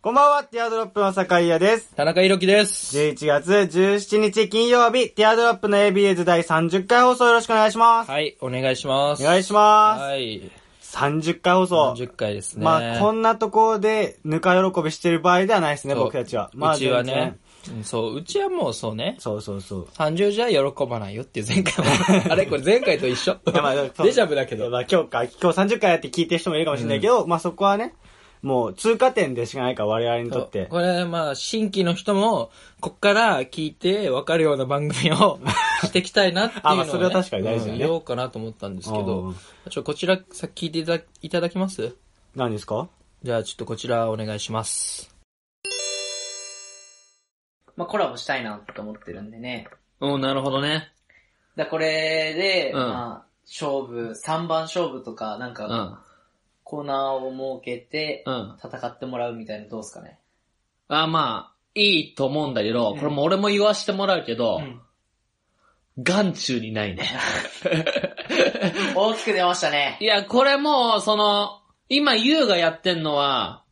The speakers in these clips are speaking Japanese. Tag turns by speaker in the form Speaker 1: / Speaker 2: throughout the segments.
Speaker 1: こんばんは、ティアドロップの酒井屋です。
Speaker 2: 田中裕樹です。
Speaker 1: 11月17日金曜日、ティアドロップの ABS 第30回放送よろしくお願いします。
Speaker 2: はい、お願いします。
Speaker 1: お願いしま
Speaker 2: はい。
Speaker 1: す。30回放送。
Speaker 2: 30回ですね。
Speaker 1: まあ、こ
Speaker 2: ん
Speaker 1: んなところで、ぬか喜びしてる場合ではないですね、僕たちは。まあ、
Speaker 2: うちは
Speaker 1: 全然
Speaker 2: ね。、うんそう、うちはもうそうね。
Speaker 1: そうそうそう。
Speaker 2: 30じゃ喜ばないよっていう前回 も。あれこれ前回と一緒
Speaker 1: い やまあそう
Speaker 2: デジャブだけど。
Speaker 1: まあ、今日か、今日30回やって聞いてる人もいるかもしれないけど、まあそこはね、もう通過点でしかないから、我々にとって。
Speaker 2: これ、まあ、新規の人も、こっから聞いて分かるような番 組をしていきたいなっていうのを、ね。
Speaker 1: あまあそれは確かに大事だね
Speaker 2: うん言おうかなと思ったんですけ
Speaker 1: うん
Speaker 2: ど、ちょ、こちら、さっき聞いていただいただきます
Speaker 1: 何ですか
Speaker 2: じゃあ、ちょっとこちらお願いします。
Speaker 3: まあ、コラボしたいなと思ってるんでね。
Speaker 2: うん、なるほどね。
Speaker 3: だこれで、
Speaker 2: うん
Speaker 3: まあ、勝負、3番勝負とか、なん
Speaker 2: う
Speaker 3: か、
Speaker 2: ん。
Speaker 3: コーナーを設けて
Speaker 2: う、ん。
Speaker 3: 戦ってもらうみたいなのどうですかね。
Speaker 2: あ、まあ、いいと思うんだけど、
Speaker 3: うん
Speaker 2: これも俺も言わしてもらうけど、
Speaker 3: うん
Speaker 2: 眼中にないね。
Speaker 3: 大きく出ましたね
Speaker 2: い。や、これもう、その、今、優がやってんのは、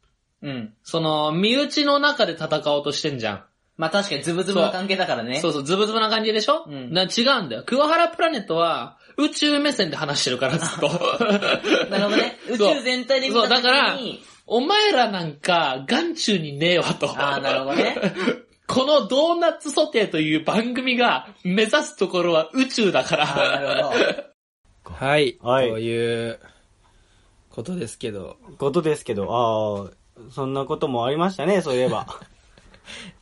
Speaker 3: うん。
Speaker 2: その、身内の中で戦おうとしてんじゃん。
Speaker 3: まあ、確かにズブズブな関係だからね。
Speaker 2: そうそう、ズブズブな感じでしょ、
Speaker 3: うん
Speaker 2: な違うんだよ。桑原プラネットは、宇宙目線で話してるから、ずっと。
Speaker 3: なるほどね。宇
Speaker 2: そう
Speaker 3: 宙全体で見
Speaker 2: そうだ
Speaker 3: た時
Speaker 2: から
Speaker 3: に、
Speaker 2: お前らなんか、眼中にねえわと。
Speaker 3: あーなるほどね。
Speaker 2: このドーナツソテーという番組が目指すところは宇宙だか
Speaker 3: あー
Speaker 2: ら。
Speaker 3: なるほ
Speaker 2: はい。
Speaker 1: はい
Speaker 2: という、ことですけど。
Speaker 1: ことですけど、ああ、そんなこともありましたね、そういえば。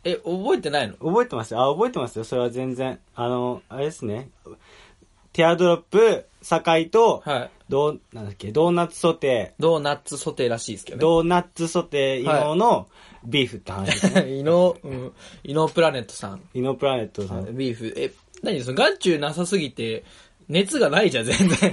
Speaker 2: え、覚えてないの
Speaker 1: 覚えてますよ。あ、覚えてますよ。それは全然。あの、あれですね。ティアドロップ、酒井と、
Speaker 2: はい。
Speaker 1: どう、なんだっけ、ドーナツソテ
Speaker 2: ドーナツソテーらしいですけ
Speaker 1: ー、
Speaker 2: どね。
Speaker 1: ドーナツソテー、伊野のビーフって話 ですね。
Speaker 2: イノ、うん、イノプラネットさん。
Speaker 1: 伊野プラネットさん。
Speaker 2: ビーフ。え、何その眼中なさすぎて、熱がないじゃん、全然。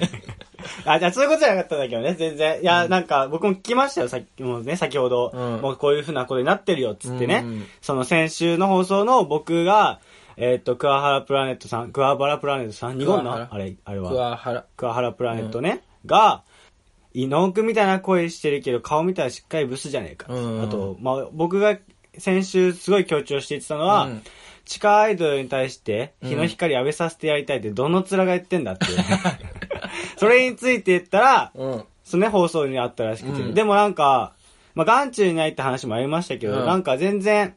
Speaker 1: あ、じゃあそういうことじゃなかったんだけどね、全然。いや、なんか、僕も聞きましたよ、さっきもうね、先ほど。
Speaker 2: うん
Speaker 1: もうこういう風なことになってるよ、つってね。
Speaker 2: うん
Speaker 1: その先週の放送の僕が、えっ、と、クワハラプラネットさん、クワバラプラネットさん、日本
Speaker 2: 桑
Speaker 1: の
Speaker 2: 原
Speaker 1: あれ、あれ は。
Speaker 2: 桑原。
Speaker 1: 桑原プラネットね、が、伊野くんみたいな声してるけど、顔見たらしっかりブスじゃねえか。
Speaker 2: うん
Speaker 1: あと、まあ、僕が先週すごい強調して言ってたのは、
Speaker 2: うん
Speaker 1: 地下アイドルに対して、日の光浴びさせてやりたいって、どの面が言ってんだっていう。 それについて言ったら、
Speaker 2: うん。
Speaker 1: そのね、放送にあったらしくて。
Speaker 2: うん
Speaker 1: でもなんか、まあ、眼中にないって話もありましたけど、
Speaker 2: うん
Speaker 1: なんか全然、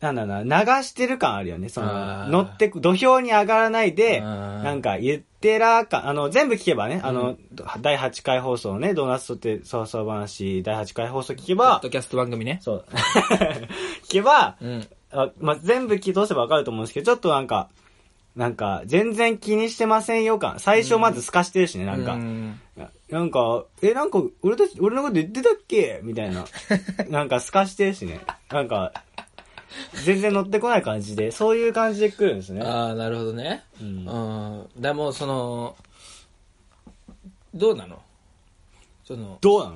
Speaker 1: なんだろうな、流してる感あるよね。そ
Speaker 2: あ
Speaker 1: の、乗
Speaker 2: ー
Speaker 1: ってく、土俵に上がらないで、
Speaker 2: あー
Speaker 1: なんか言ってらか、あの、全部聞けばね、あの、第8回放送のね、ドーナツとってそうそう話、第8回放送聞け
Speaker 2: ポ
Speaker 1: ば
Speaker 2: ッ、ドキャスト番組ね。
Speaker 1: そう。 聞けば、
Speaker 2: うん。
Speaker 1: あまあ、全部聞き通せばわかると思うんですけど、ちょっとなんか、なんか、全然気にしてませんよ感。最初まず透かしてるしね、なんか。
Speaker 2: うん
Speaker 1: なんか、え、なんか、俺たち、俺のこと言ってたっけみたい な。なんか、透かしてるしね。なんか、全然乗ってこない感じで、そういう感じで来るんですね。
Speaker 2: ああ、なるほどね。
Speaker 1: う
Speaker 2: うんん。でも、その、どうなのその、
Speaker 1: どうなの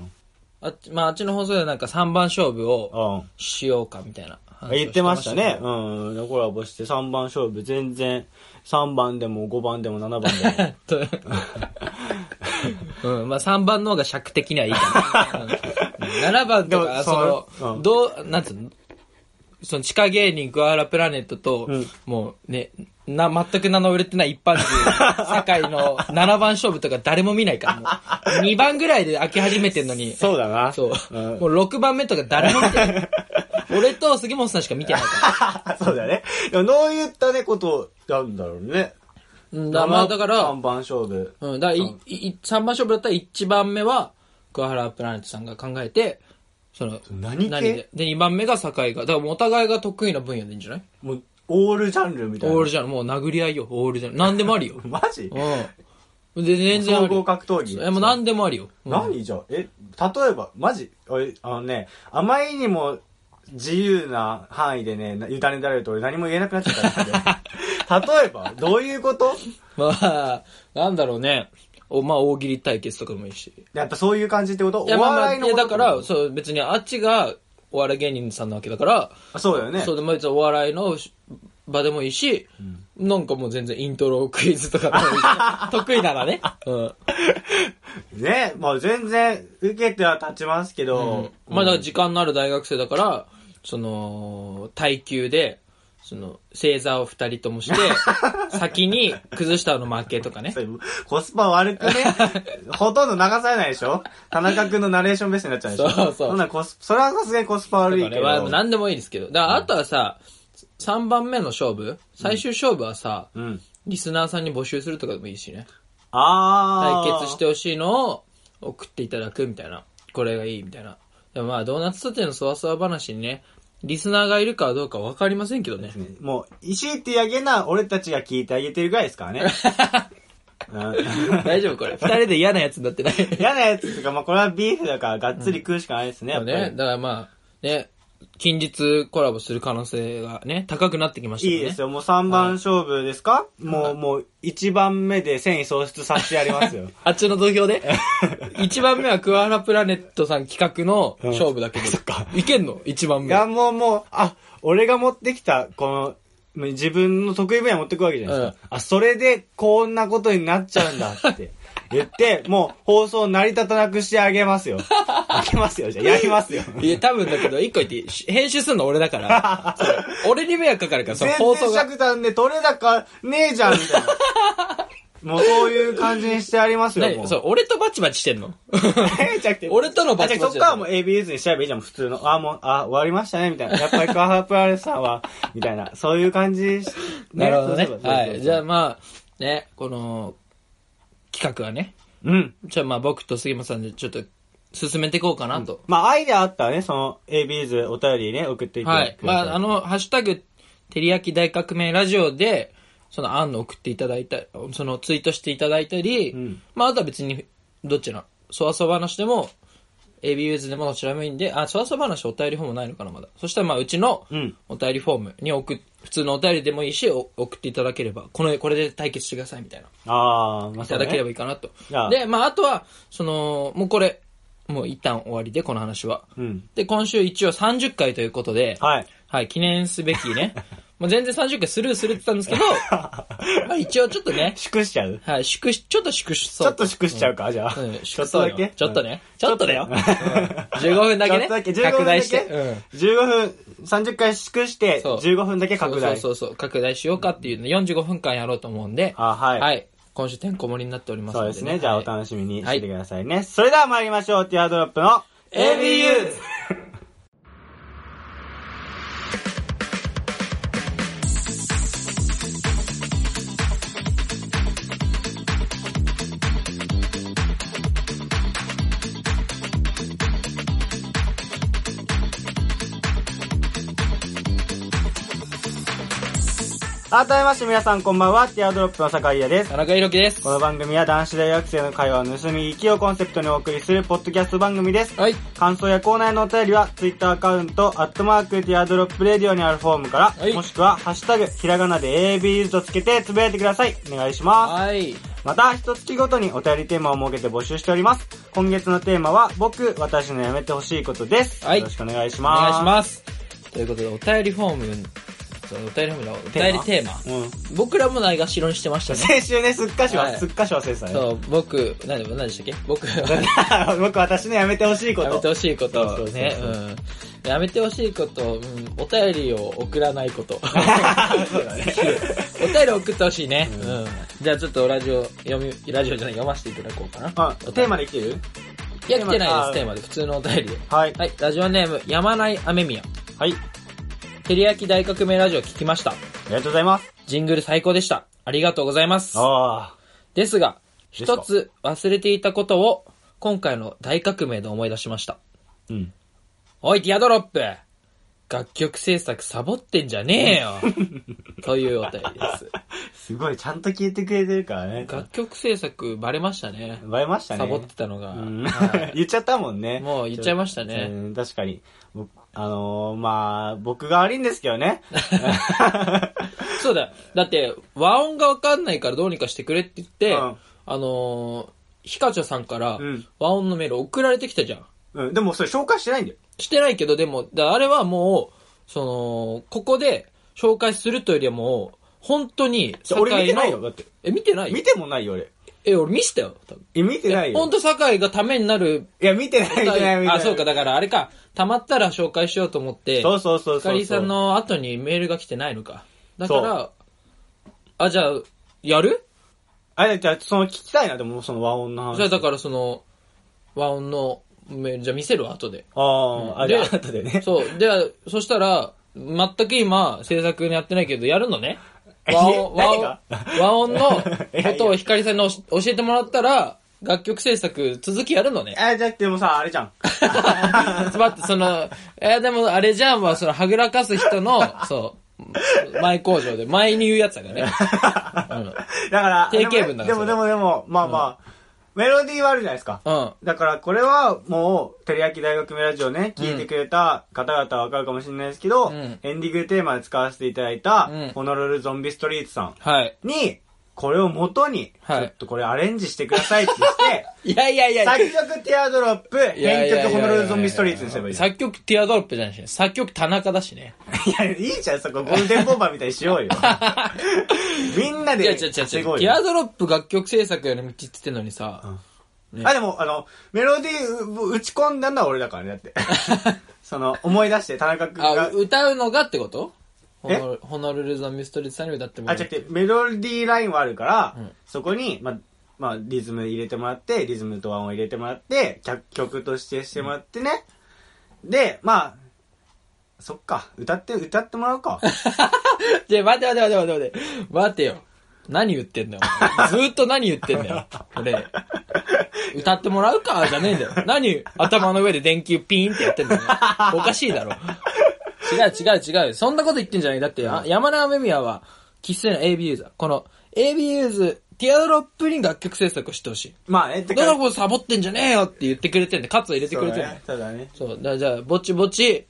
Speaker 2: あっち、まあ、あっちの放送ではなんか3番勝負を
Speaker 1: あ
Speaker 2: しようかみたいな話を
Speaker 1: あ言ってましたね。
Speaker 2: けど
Speaker 1: うん。コラボして3番勝負、全然、3番でも5番でも7番 でも。
Speaker 2: と うん、まあ3番の方が尺的にはいいかな。うん7番と
Speaker 1: で
Speaker 2: か、
Speaker 1: も
Speaker 2: そ
Speaker 1: そのう
Speaker 2: の、
Speaker 1: ん
Speaker 2: どう、なんつうのその地下芸人、グアラプラネットと、
Speaker 1: うん
Speaker 2: もうね、な、全く名の売れてない一般人、堺 の7番勝負とか誰も見ないから、もう。2番ぐらいで開き始めてんのに、
Speaker 1: そうだな。
Speaker 2: そう。
Speaker 1: うん
Speaker 2: もう6番目とか誰も見てない。俺と杉本さんしか見てないか ら。
Speaker 1: そうだね。でもどういったね、ことなんだろうね。
Speaker 2: うん、だまあだから、
Speaker 1: 3番勝負。
Speaker 2: うん、だからい、いい3番勝負だったら1番目は、桑原プラネットさんが考えて、その、
Speaker 1: 何系
Speaker 2: で。で、2番目が酒井が。だからもうお互いが得意な分野でいいんじゃない
Speaker 1: もう、オールジャンルみたいな。。
Speaker 2: オールじゃん、もう殴り合いよ、オールじゃん。何でもあるよ
Speaker 1: マジ
Speaker 2: うん。で、全然あ
Speaker 1: 総
Speaker 2: るよ
Speaker 1: 合格闘技。
Speaker 2: え、もう何でもあるよ。うん
Speaker 1: 何じゃあえ、例えば、マジ俺あのね、あまりにも自由な範囲でね、な委ねられると俺何も言えなくなっちゃったんだ けど。例えば、どういうこと
Speaker 2: まあ、なんだろうね。お、まあ、大喜利対決とかでもいいし。
Speaker 1: やっぱそういう感じってことお
Speaker 2: いや、まあまあ、
Speaker 1: 笑い
Speaker 2: い
Speaker 1: のこ
Speaker 2: や
Speaker 1: と
Speaker 2: だから、そう、別にあっちが、お笑い芸人さんなわけだから、
Speaker 1: あそうだよね
Speaker 2: そ。うでも別にお笑いの場でもいいし、なんかもう全然イントロクイズとか得意ならね。うん。
Speaker 1: ね、まあ全然受けては立ちますけど、
Speaker 2: まあだから時間のある大学生だから、その、耐久で、その、正座を二人ともして、先に崩したの負けとかね
Speaker 1: そ。れコスパ悪 くね、ほとんど流されないでしょ田中君のナレーションベースになっちゃうでしょ
Speaker 2: そうそう
Speaker 1: そんなコス、それはさすがにコスパ悪い
Speaker 2: こ
Speaker 1: け
Speaker 2: れ
Speaker 1: ど。
Speaker 2: は何でもいいですけど。だからあとはさ、3番目の勝負最終勝負はさ、
Speaker 1: うん。
Speaker 2: リスナーさんに募集するとかでもいいしね。
Speaker 1: あー。
Speaker 2: 対決してほしいのを送っていただくみたいな。これがいいみたいな。でもまあ、ドーナツとてのそわそわ話にね、リスナーがいるかどうかわかりませんけどね。
Speaker 1: もう、石ってやげな、俺たちが聞いてあげてるぐらいですから ね。うん
Speaker 2: 大丈夫これ。二 人で嫌なやつになってない。
Speaker 1: 嫌なやつとか、まあこれはビーフだからがっつり食うしかないですね、やっぱり。
Speaker 2: ね、だからまあ、ね、近日コラボする可能性がね、高くなってきましたね。
Speaker 1: いいですよ、もう3番勝負ですか、もう、もう、1番目で繊維喪失させてやり ますよ。
Speaker 2: あっちの 土俵で一番目はクワハラプラネットさん企画の
Speaker 1: うん
Speaker 2: 勝負だけど。いけんの一番
Speaker 1: い
Speaker 2: 目。
Speaker 1: や、もう、もう、あ、俺が持ってきた、この、自分の得意分野持ってくわけじゃないですか。あ、それで、こんなことになっちゃうんだ って。言って、もう、放送成り立たなくしてあげますよ。あげますよ、じゃあ、やりますよ。
Speaker 2: いや、多分だけど、一個言っていい、し編集するの俺 だから。そう俺に迷惑かかるから、その
Speaker 1: 全
Speaker 2: 放
Speaker 1: 然
Speaker 2: 送が。
Speaker 1: 尺段で取れ高ねえじゃん、みたいな。もうそういう感じにしてありますよ、も
Speaker 2: 何そう、俺とバチバチしてんの
Speaker 1: えじゃなくて
Speaker 2: 俺とのバチバチ
Speaker 1: あじゃあそっからもう ABS にしちゃえばいいじゃん、普通の。あ、もう、あ、終わりましたね、みたいな。やっぱりカハプラレスさんは、みたいな。そういう感じ、ね
Speaker 2: なるほどね
Speaker 1: そうそう。そうそう
Speaker 2: はい。じゃあまあ、ね、この、企画はね、
Speaker 1: うん。
Speaker 2: じゃあまあ僕と杉本さんでちょっと進めていこうかなと。
Speaker 1: まあ、アイデアあったらね、その ABS お便りね、送っていってくだ
Speaker 2: は
Speaker 1: さ
Speaker 2: い。まあ、あ、の、ハッシュタグ、てりやき大革命ラジオで、その案を送っていただいたそのツイートしていただいたり、
Speaker 1: ん
Speaker 2: まあ、あとは別に、どっちの、そわそわ話でも、ABUS でもどちらもいいんで、あ、そわそわ話お便りフォームないのかな、まだ。そしたら、まあ、うちの
Speaker 1: うん
Speaker 2: お便りフォームに送っ、普通のお便りでもいいし、お送っていただければ、この、これで対決してください、みたいな。
Speaker 1: あーまあ、
Speaker 2: いただければ
Speaker 1: ば。
Speaker 2: いいかなと
Speaker 1: いや。
Speaker 2: で、まあ、あとは、その、もうこれ、もう一旦終わりで、この話は。
Speaker 1: うん。
Speaker 2: で、今週一応30回ということで、
Speaker 1: はい。
Speaker 2: はい、記念すべ きね。もう全然30回スルーするって言ったんですけど、まあ一応ちょっとね、
Speaker 1: 縮しちゃう
Speaker 2: はい、縮し、ちょっと縮し
Speaker 1: ちょ
Speaker 2: そう。
Speaker 1: っと縮しちゃうか、じゃあ。
Speaker 2: うん、うん
Speaker 1: ちょ
Speaker 2: 縮
Speaker 1: っと
Speaker 2: そう
Speaker 1: だ
Speaker 2: よ
Speaker 1: け。
Speaker 2: ちょっとね。ち
Speaker 1: うん
Speaker 2: ょっとだよ。
Speaker 1: ち
Speaker 2: う
Speaker 1: ょ
Speaker 2: ん
Speaker 1: っと
Speaker 2: 15分だけ
Speaker 1: ちょっ
Speaker 2: ね
Speaker 1: とだけ、。15分
Speaker 2: 拡
Speaker 1: だ
Speaker 2: 大し
Speaker 1: け
Speaker 2: て。うん。
Speaker 1: 15分、30回縮して、
Speaker 2: そう
Speaker 1: 15分だけ拡大。
Speaker 2: そうそうそうそう、拡大しようかっていうの45分間やろうと思うんで、
Speaker 1: あはい
Speaker 2: 今週てんこ盛りになっております
Speaker 1: そ
Speaker 2: の
Speaker 1: う
Speaker 2: で、
Speaker 1: ですね。じゃあお楽
Speaker 2: し
Speaker 1: しみにしててくださいね。それでは参りましょう。ティアドロップの
Speaker 2: ABU
Speaker 1: 改めまして皆さんこんばんは。ティアドロップの坂井優です。
Speaker 2: 田中裕樹です。
Speaker 1: この番組は男子大学生の会話を盗み行きをコンセプトにお送りするポッドキャスト番組です。
Speaker 2: はい。
Speaker 1: 感想やコーナーへのお便りは、ツイッターアカウント、アットマーク、ティアドロップレディオにあるフォームから、
Speaker 2: はい
Speaker 1: もしくは、ハッシュタグ、ひらがなで ABU とつけてつぶやいてください。お願いします。
Speaker 2: はい。
Speaker 1: また、一月ごとにお便りテーマを設けて募集しております。今月のテーマは、僕、私のやめてほしいことです。
Speaker 2: はい
Speaker 1: よろしくお願いし
Speaker 2: お
Speaker 1: ます。
Speaker 2: 願いします。ということで、お便りフォーム、そうお便りフォームだ、お便りテーマ。
Speaker 1: す。うん。
Speaker 2: 僕らもないがしろにしてましたね。
Speaker 1: 先週ね、すっかしは、
Speaker 2: はい
Speaker 1: すっかし忘れてたね。
Speaker 2: そう、僕、何で何でしたっけ 僕、や
Speaker 1: 僕、私のやめてほしいこと。
Speaker 2: めてほしいこ
Speaker 1: そ
Speaker 2: と、
Speaker 1: うそうそうそう
Speaker 2: ね、うん。やめてほしいこと、うん、お便りを送らな いこと。
Speaker 1: そうだね。
Speaker 2: お便り送ってほしいね、うん。じゃあちょっとラジオ、読み、ラジオじゃない、読ませていただこうかな。
Speaker 1: あ、テーマ
Speaker 2: で。
Speaker 1: できてる
Speaker 2: いや、来てない
Speaker 1: あ
Speaker 2: です、テーマで。普通のお便りで。
Speaker 1: はい。
Speaker 2: はい、ラジオネーム、やまない雨宮。
Speaker 1: はい。
Speaker 2: てりやき大革命ラジオ聞きました。
Speaker 1: ありがとうございます。
Speaker 2: ジングル最高でした。ありがとうございます。
Speaker 1: あ
Speaker 2: ですが、
Speaker 1: ですか
Speaker 2: 一つ忘れていたことを、今回の大革命で思い出しました。
Speaker 1: ーうん。
Speaker 2: おい、ティアドロップ楽曲制作サボってんじゃねえ よというお便りです。
Speaker 1: すごい、ちゃんと聞いてくれてるからね。
Speaker 2: 楽曲制作バレましたね。
Speaker 1: バレましたね。
Speaker 2: サボってたのが。
Speaker 1: うん
Speaker 2: は い
Speaker 1: 言っちゃったもんね。
Speaker 2: もう言っちゃいましたね
Speaker 1: うん確かに。僕あのー、まあ、僕が悪いんですけど ね。
Speaker 2: そうだよ。だって、和音がわかんないからどうにかしてくれって言って、
Speaker 1: うん
Speaker 2: あのー、ヒカチョさんから
Speaker 1: うん
Speaker 2: 和音のメール送られてきたじゃん。
Speaker 1: うん、でもそれ紹介してないんだよ。
Speaker 2: してないけど、でも、だあれはもう、その、ここで紹介するというよりはもう、本当に、
Speaker 1: じゃあ俺見てないよ、だって。
Speaker 2: え、見てない
Speaker 1: 見てもないよ、俺。
Speaker 2: え、俺見せたよ、多分。
Speaker 1: え、見てないよ。
Speaker 2: 本当酒井がためになる。
Speaker 1: いや、見てない、見てない、見てない。
Speaker 2: あ、そうか、だからあれか、たまったら紹介しようと思って、
Speaker 1: そうそうそうそう。
Speaker 2: ひかりさん。の後にメールが来てないのか。だから、あ、じゃあ、やる
Speaker 1: あれ、じゃあ、その聞きたいな、でも、その和音の話。
Speaker 2: じゃあだからその、和音のメール、じゃあ見せるわ、後で。
Speaker 1: ああ、あれ、
Speaker 2: で
Speaker 1: あったでね。
Speaker 2: そう。で、そしたら、全く今、制作にやってないけど、やるのね。和音、
Speaker 1: え
Speaker 2: 和音
Speaker 1: 何、
Speaker 2: 和音の
Speaker 1: いやい
Speaker 2: こ
Speaker 1: や
Speaker 2: とを光さんに教えてもらったら、楽曲制作続きやるのね。
Speaker 1: え、じゃあ、でもさ、あれじゃん。
Speaker 2: つまって、その、えー、でも、あれじゃんは、その、はぐらかす 人の、そう、前工場で、前に言うやつだからね。うん
Speaker 1: だから、
Speaker 2: 定型文だか
Speaker 1: で
Speaker 2: ら
Speaker 1: も
Speaker 2: それ
Speaker 1: でもでも、まあまあ、メロディーはあるじゃないですか。
Speaker 2: うん。
Speaker 1: だからこれはもう、テレヤキ大学メラジオね、聞いてくれた方々はわかるかもしれないですけど、
Speaker 2: うん
Speaker 1: エンディングテーマで使わせていただいた、
Speaker 2: うん
Speaker 1: ホノルルゾンビストリートさん
Speaker 2: はい。
Speaker 1: に、これを元に、
Speaker 2: はい
Speaker 1: ちょっとこれアレンジしてくださいって言って、
Speaker 2: いやいやいや
Speaker 1: 作曲ティアドロップ、
Speaker 2: いや
Speaker 1: 編
Speaker 2: いやいやいや
Speaker 1: 曲ホノルルゾンビストリートにすればいいじゃん。い
Speaker 2: 作曲ティアドロップじゃないし、作曲田中だしね。
Speaker 1: や、いいじゃん、そこゴールデンボンバーみたいにし ようよ。みんない
Speaker 2: や、
Speaker 1: で
Speaker 2: 違う違う違う。テ
Speaker 1: 稼ごうよ
Speaker 2: ィアドロップ楽曲制作より道って言ってんのにさ、ね
Speaker 1: あ、でも、あの、メロディーう打ち込んだのは俺だからね、だ って。その、思い出して、田中君
Speaker 2: あ、
Speaker 1: が。
Speaker 2: 歌うのがってことホ
Speaker 1: え
Speaker 2: ノルホノルル・ザ・ミストリートさんに歌ってもら
Speaker 1: あ、
Speaker 2: う
Speaker 1: 違って、メロディーラインはあるから、
Speaker 2: うん
Speaker 1: そこに、ま、まあ、リズム入れてもらって、リズムと和音を入れてもらって、曲曲としてしてもらってね。で、まあ、そっか、歌って、歌ってもらう か。
Speaker 2: じゃあ待て待て待て待て待て。待てよ。何言ってんだよ。ずーっと何言ってんだよ。俺。歌ってもらうかじゃねえんだよ。何頭の上で電球ピーンってやってんだよ。おかしいだろ。違う違う違う。そんなこと言ってんじゃない。だって、あ山田雨宮は、喫粋の AB ユーザー。この AB ユーズ、ティアドロップに楽曲制作をしてほしい。
Speaker 1: まあ、え、て
Speaker 2: だからこうサボってんじゃねえよって言ってくれてんで、カツを入れてくれてんだよ
Speaker 1: そうだね。
Speaker 2: そう,、だからじゃあ、ぼちぼち、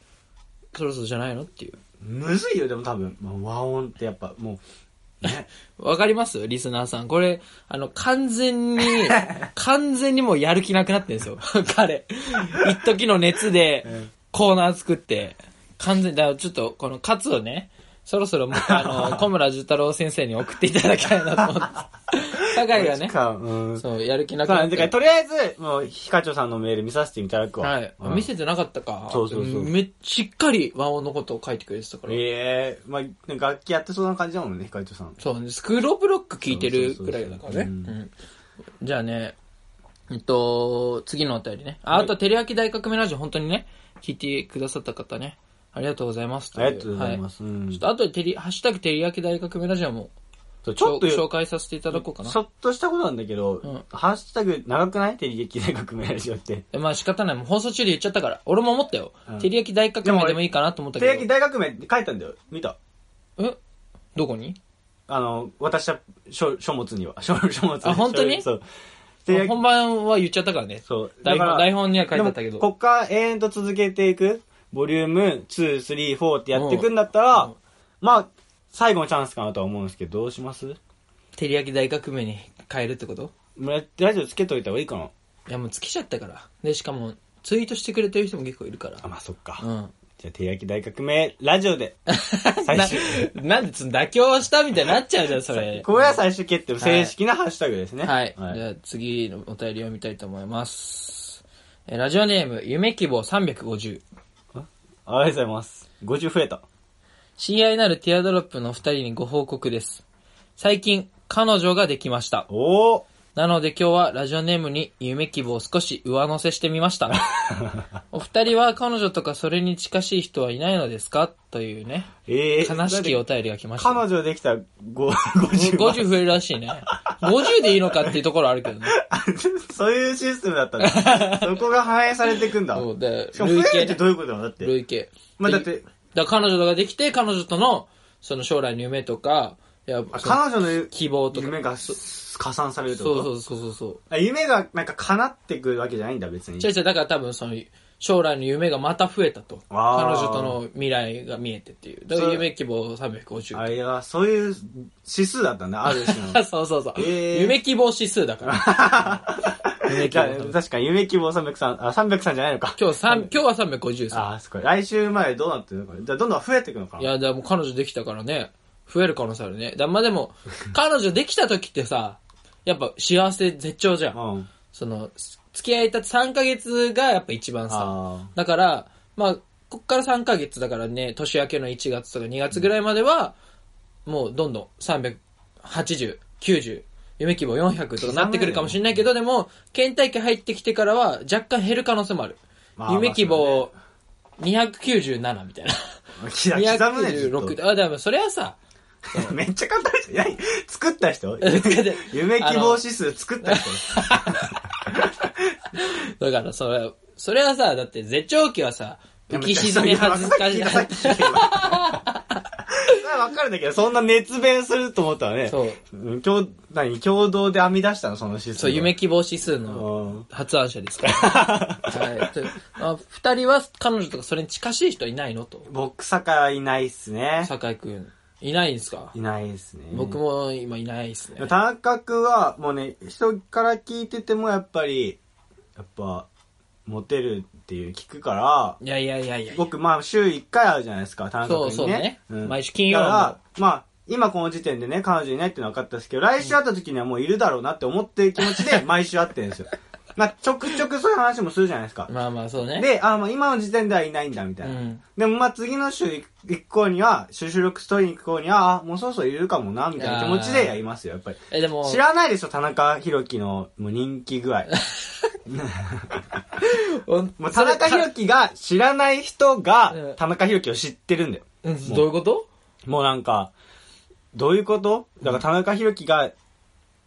Speaker 2: そろそろじゃないのっていう。
Speaker 1: むずいよ、でも多分。まあ、和音ってやっぱ、もう、 ね。
Speaker 2: わかりますリスナーさん。これ、あの、完 全に、完全にもうやる気なくなってんですよ。 彼。一時の熱 で
Speaker 1: ん、
Speaker 2: コーナー作って、完全に、だからちょっと、このカツをね、そろ そろもう、あの、小村寿太郎先生に送っていただきたいなと 思って。酒井がね、
Speaker 1: かうん。
Speaker 2: そう、やる気なく
Speaker 1: そう
Speaker 2: な
Speaker 1: な
Speaker 2: っ
Speaker 1: ん
Speaker 2: て
Speaker 1: だから、とりあえず、もう、ヒカチョさんのメール見させていただくわ。
Speaker 2: はい、
Speaker 1: うん
Speaker 2: 見せてなかったか。
Speaker 1: そうそうそう
Speaker 2: めっちゃしっかり和音のことを書いてくれてたから。
Speaker 1: ええまあ、楽器やってそうな感じだもんね、ヒカチョさん。
Speaker 2: そうね、スクールオブロック聞いてるぐらいだからね。
Speaker 1: そうそうそうそう
Speaker 2: うんじゃあね、えっと、次のお便りね。あ、あと、テレアキ大革命ラジオ、本当にね、聞いてくださった方ね、ありがとうございます
Speaker 1: ありがとうございます
Speaker 2: は
Speaker 1: うん
Speaker 2: ちょっと、あとでテリ、ハッシュタグテレアキ大革命ラジオも、
Speaker 1: そうち
Speaker 2: ちょ
Speaker 1: ょっ
Speaker 2: っと
Speaker 1: と
Speaker 2: 紹
Speaker 1: よ、
Speaker 2: 介させていただこうかな
Speaker 1: ち。ょっとしたことなんだけど、
Speaker 2: うん
Speaker 1: ハッシュタグ長くないテリ劇大学名ラジオって。
Speaker 2: えまあ仕方ない。もう放送中で言っちゃったから。俺も思ったよ
Speaker 1: うん。
Speaker 2: テリヤキ大革命でもいいかなと思った
Speaker 1: テ
Speaker 2: け
Speaker 1: リ劇
Speaker 2: ど。
Speaker 1: 大学名って書いたんだよ。見た。
Speaker 2: えどこに
Speaker 1: あの、私は書、書物には。 書書物
Speaker 2: あ本当に
Speaker 1: 書そう。テリヤ
Speaker 2: あ
Speaker 1: キ
Speaker 2: 本番は言っちゃったからね。
Speaker 1: そう。
Speaker 2: 台
Speaker 1: だから
Speaker 2: 本台本には書いてあったけ
Speaker 1: で
Speaker 2: ど。
Speaker 1: もこっから永遠と続けていく、ボリューム2、3、4ってやっていくんだったら、
Speaker 2: うん
Speaker 1: まあ、最後のチャンスかなとは思うんですけど、どうします
Speaker 2: テリヤキ大革命に変えるってこと
Speaker 1: ララジオつけといた方がいいかない
Speaker 2: やもう尽きちゃったから。で、しかも、ツイートしてくれてる人も結構いるから。
Speaker 1: あ、まあそっか。
Speaker 2: うん。
Speaker 1: じゃあ、手焼き大革命ラジオ で、最終、
Speaker 2: ななんでその妥協したみたいになっちゃうじゃん、そ れ。
Speaker 1: これは最終決定、正式なハッシュタグですね。
Speaker 2: はい。じゃあ次のお便りを見たいと思います。えーラジオネーム、夢希望350。
Speaker 1: ありがとうございます。50増えた。
Speaker 2: 親愛なるティアドロップのお二人にご報告です。最近、彼女ができました。
Speaker 1: おお
Speaker 2: なので今日はラジオネームに夢希望を少し上乗せしてみ ました。お二人は彼女とかそれに近しい人はいないのですかというね、
Speaker 1: ええー。
Speaker 2: 悲しき
Speaker 1: だっ
Speaker 2: お
Speaker 1: て
Speaker 2: 便りが来ました。
Speaker 1: 彼女できたご50は。
Speaker 2: 50増えるらしいね。50でいいのかっていうところあるけどね。
Speaker 1: そういうシステムだったん だ。そこが反映されていくんだ。
Speaker 2: そうで、
Speaker 1: しかも増
Speaker 2: 累
Speaker 1: えるって
Speaker 2: 計
Speaker 1: どういうことなのだって。
Speaker 2: 累計。
Speaker 1: まあだって、
Speaker 2: だから彼女ができて、彼女との、その将来の夢とか、いや、
Speaker 1: あ
Speaker 2: その
Speaker 1: 彼女の
Speaker 2: 希望とか。
Speaker 1: 夢が
Speaker 2: そ
Speaker 1: 加算されるってこ
Speaker 2: そ
Speaker 1: と
Speaker 2: うそうそうそう。
Speaker 1: あ夢がなんか叶ってくるわけじゃないんだ、別に
Speaker 2: 違う。違う、だから多分その、将来の夢がまた増えたと。彼
Speaker 1: あー
Speaker 2: 女との未来が見えてっていう。だから夢希望350。
Speaker 1: あいや、そういう指数だったん だ、ある種の。
Speaker 2: そうそうそう。
Speaker 1: えー
Speaker 2: 夢希望指数だから。夢希
Speaker 1: じゃあ
Speaker 2: 望 多分
Speaker 1: 確かに夢希望300さん、あ、300さんじゃないのか。
Speaker 2: 今日三今日は350です。
Speaker 1: あー、すごい。来週までどうなってるのか。じゃあ、どんどん増えていくのか
Speaker 2: い
Speaker 1: な。
Speaker 2: や、でも彼女できたからね、増える可能性あるね。だまあで も、彼女できた時ってさ、やっぱ幸せ絶頂じゃん。
Speaker 1: うん。
Speaker 2: その、付き合いた3ヶ月がやっぱ一番さ。
Speaker 1: あ
Speaker 2: だから、まあ、こっから3ヶ月だからね、年明けの1月とか2月ぐらいまでは、もうどんどん380、90、夢規模400とかなってくるかもしれないけど、でも、倦怠期入ってきてからは若干減る可能性もある。
Speaker 1: まあ
Speaker 2: 夢規模297みたいな。
Speaker 1: あ。いや、刻むね。 ずっと
Speaker 2: 296あ、でもそれはさ、
Speaker 1: めっちゃ簡単じゃん。いや作った人
Speaker 2: 作って
Speaker 1: 夢希望指数作った人
Speaker 2: だからそれ、それはさ、だって絶頂期はさ、浮き沈み
Speaker 1: いや
Speaker 2: 恥ずかしい。
Speaker 1: さっき聞いたさっき聞いたそれはわかるんだけど、そんな熱弁すると思ったらね。
Speaker 2: そう
Speaker 1: うん。共、何共同で編み出したのその指数を。
Speaker 2: そう、夢希望指数の
Speaker 1: うん。
Speaker 2: 発案者です から。はいとあ。二人は彼女とかそれに近しい人はいないのと。
Speaker 1: 僕、坂井いないっすね。
Speaker 2: 酒井くん。いないんですか、
Speaker 1: いないっすね。
Speaker 2: 僕も今いないですね
Speaker 1: でも。田中君はもうね人から聞いててもやっぱりやっぱモテるっていう聞くから
Speaker 2: いやいやいやいや。
Speaker 1: 僕まあ週1回会うじゃないですか田中
Speaker 2: そうそ
Speaker 1: 君
Speaker 2: う
Speaker 1: にね
Speaker 2: ね
Speaker 1: ん
Speaker 2: 毎週金曜の
Speaker 1: だからまあ今この時点でね彼女いないっていうのは分かったんですけど来週会った時にはもういるだろうなって思ってる気持ち で毎週会ってるんですよまあちょくちょくそういう話もするじゃないですか
Speaker 2: まあまあそうね。
Speaker 1: で、あ、まあ今の時点ではいないんだ、みたいな。
Speaker 2: うん
Speaker 1: でもまあ次の週行く子には、収録ストーリー行く子には、あ、もうそろそろいるかもな、みたいな気持ちでやりますよ、やっぱり。
Speaker 2: え、でも、
Speaker 1: 知らないでしょ、田中宏樹のもう人気具合。
Speaker 2: ほん
Speaker 1: もう田中
Speaker 2: それ
Speaker 1: 宏樹が知らない人
Speaker 2: う
Speaker 1: が
Speaker 2: ん
Speaker 1: 田中宏樹を知ってるんだよ。
Speaker 2: うんどういうこと
Speaker 1: もうなんか、どういうことだから田中宏樹が、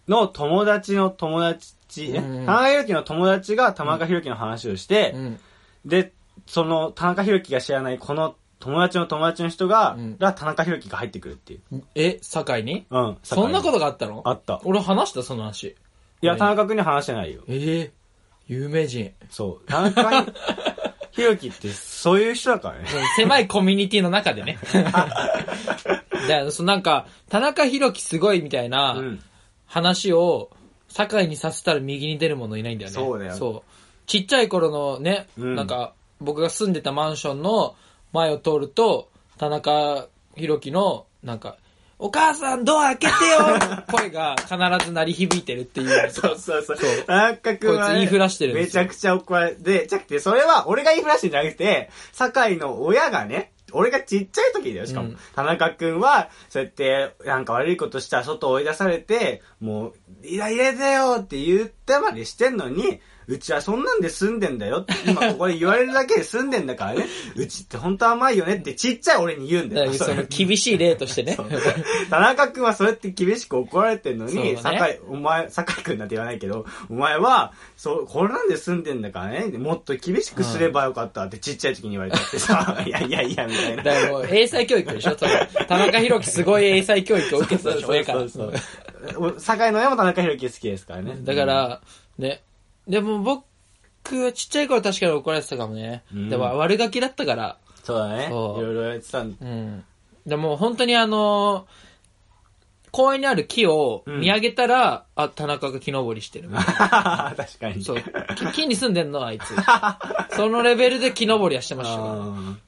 Speaker 1: の友達の友達、え
Speaker 2: うん
Speaker 1: 田中宏樹の友達が田中宏樹の話をして、
Speaker 2: うん。
Speaker 1: で、その田中宏樹が知らないこの友達の友達の人が、
Speaker 2: うん
Speaker 1: が田中宏樹が入ってくるっていう。
Speaker 2: え、酒井に
Speaker 1: うん。
Speaker 2: そんなこととがあったの
Speaker 1: あった。
Speaker 2: 俺話したその話。
Speaker 1: いや、田中君には話してないよ。
Speaker 2: ええ有名人。
Speaker 1: そう。田中ひ宏樹ってそういう人だからね。
Speaker 2: 狭いコミュニティの中 でね。で、そのなんか、田中宏樹すごいみたいな
Speaker 1: うん
Speaker 2: 話を、酒井にさせたら右に出る者いないんだよね。
Speaker 1: そうだよ
Speaker 2: そう。ちっちゃい頃のね、
Speaker 1: うん
Speaker 2: なんか、僕が住んでたマンションの前を通ると、田中宏樹の、なんか、お母さんドア開けて よ声が必ず鳴り響いてるっていう。
Speaker 1: そうそうそう
Speaker 2: そう。
Speaker 1: 田中君は、
Speaker 2: こいつ言いふらしてるんで
Speaker 1: め
Speaker 2: す
Speaker 1: ち
Speaker 2: よ
Speaker 1: ゃくちゃ怒られで、じゃなくて、それは俺が言いふらしてんじゃなくて、酒井の親がね、俺がちっちゃい時だよ、しかも。
Speaker 2: うん
Speaker 1: 田中君は、そうやって、なんか悪いことしたら外追い出されて、もう、イライラだよって言ってまでしてんのに、うちはそんなんで住んでんだよって、今ここで言われるだけで住んでんだからね、うちって本当甘いよねってちっちゃい俺に言うんだ
Speaker 2: だか
Speaker 1: よ。
Speaker 2: ら
Speaker 1: そ
Speaker 2: そ
Speaker 1: れ
Speaker 2: の厳しい例としてね。
Speaker 1: 田中君はそうやって厳しく怒られてんの
Speaker 2: そう
Speaker 1: に、
Speaker 2: だね
Speaker 1: 酒井、お前、酒井君なんて言わないけど、お前は、そう、これなんで住んでんだからね、もっと厳しくすればよかったってちっちゃい時に言われたって さ、いやいやいや、みたいな。
Speaker 2: だからもう英才教育でしょそれ田中宏樹すごい英才教育を受けてた
Speaker 1: そう
Speaker 2: でしょ
Speaker 1: そう
Speaker 2: 親から
Speaker 1: そうそう。お酒井の親も田中宏樹好きですからね。
Speaker 2: だから、ね。でも僕はちっちゃい頃確かに怒られてたかもね。
Speaker 1: うん
Speaker 2: でも悪ガキだったから。
Speaker 1: そうだね。い
Speaker 2: そう
Speaker 1: ろいろやってたん
Speaker 2: うん。でも本当にあのー公園にある木を
Speaker 1: うん
Speaker 2: 見上げたら、あ、田中が木登りしてる。
Speaker 1: だ。確かに。
Speaker 2: そう。き木に住んでんのあいつ。そのレベルで木登りはしてましたから。
Speaker 1: あ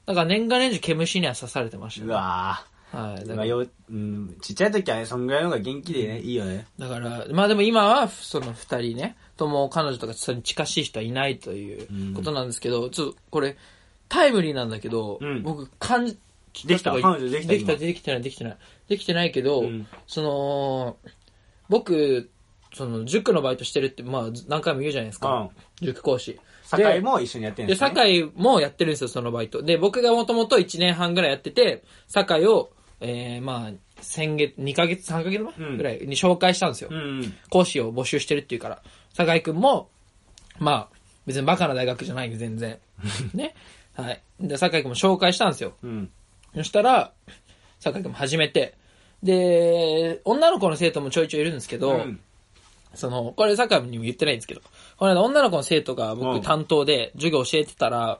Speaker 2: だから年が年中毛虫には刺されてま
Speaker 1: ー
Speaker 2: した
Speaker 1: う
Speaker 2: ね。は
Speaker 1: わぁ。
Speaker 2: い。
Speaker 1: ま
Speaker 2: だか
Speaker 1: あ
Speaker 2: ら
Speaker 1: ようん、ちっちゃい時はね、そんぐらいの方が元気でね、いいよね。
Speaker 2: だから、まあでも今は、その二人ね、とも彼女とかそれに近しい人はいないということなんですけど、ちょっとこれ、タイムリーなんだけど、
Speaker 1: うん
Speaker 2: 僕、感じ、
Speaker 1: できた彼女できた
Speaker 2: できた、
Speaker 1: 今
Speaker 2: できてない、できてない。できてないけど、
Speaker 1: うん
Speaker 2: その、僕、その、塾のバイトしてるって、まあ、何回も言うじゃないですか。塾講師。
Speaker 1: 酒井も一緒にやってるん
Speaker 2: で、
Speaker 1: ですね。
Speaker 2: 酒井もやってるんですよ、そのバイト。で、僕がもともと1年半ぐらいやってて、酒井を、えー、まあ、先月、2ヶ月、3ヶ月
Speaker 1: うん
Speaker 2: 前ぐらいに紹介したんですよ。
Speaker 1: うん。
Speaker 2: 講師を募集してるっていうから、酒井くんも、まあ、別にバカな大学じゃないんで、全然。ね。はい。で、酒井くんも紹介したんですよ。
Speaker 1: うん。
Speaker 2: そしたら、酒井くんも始めて、で、女の子の生徒もちょいちょいいるんですけど、
Speaker 1: うん
Speaker 2: その、これ酒井にも言ってないんですけど、この間女の子の生徒が
Speaker 1: う
Speaker 2: 僕
Speaker 1: ん
Speaker 2: 担当で授業教えてたら、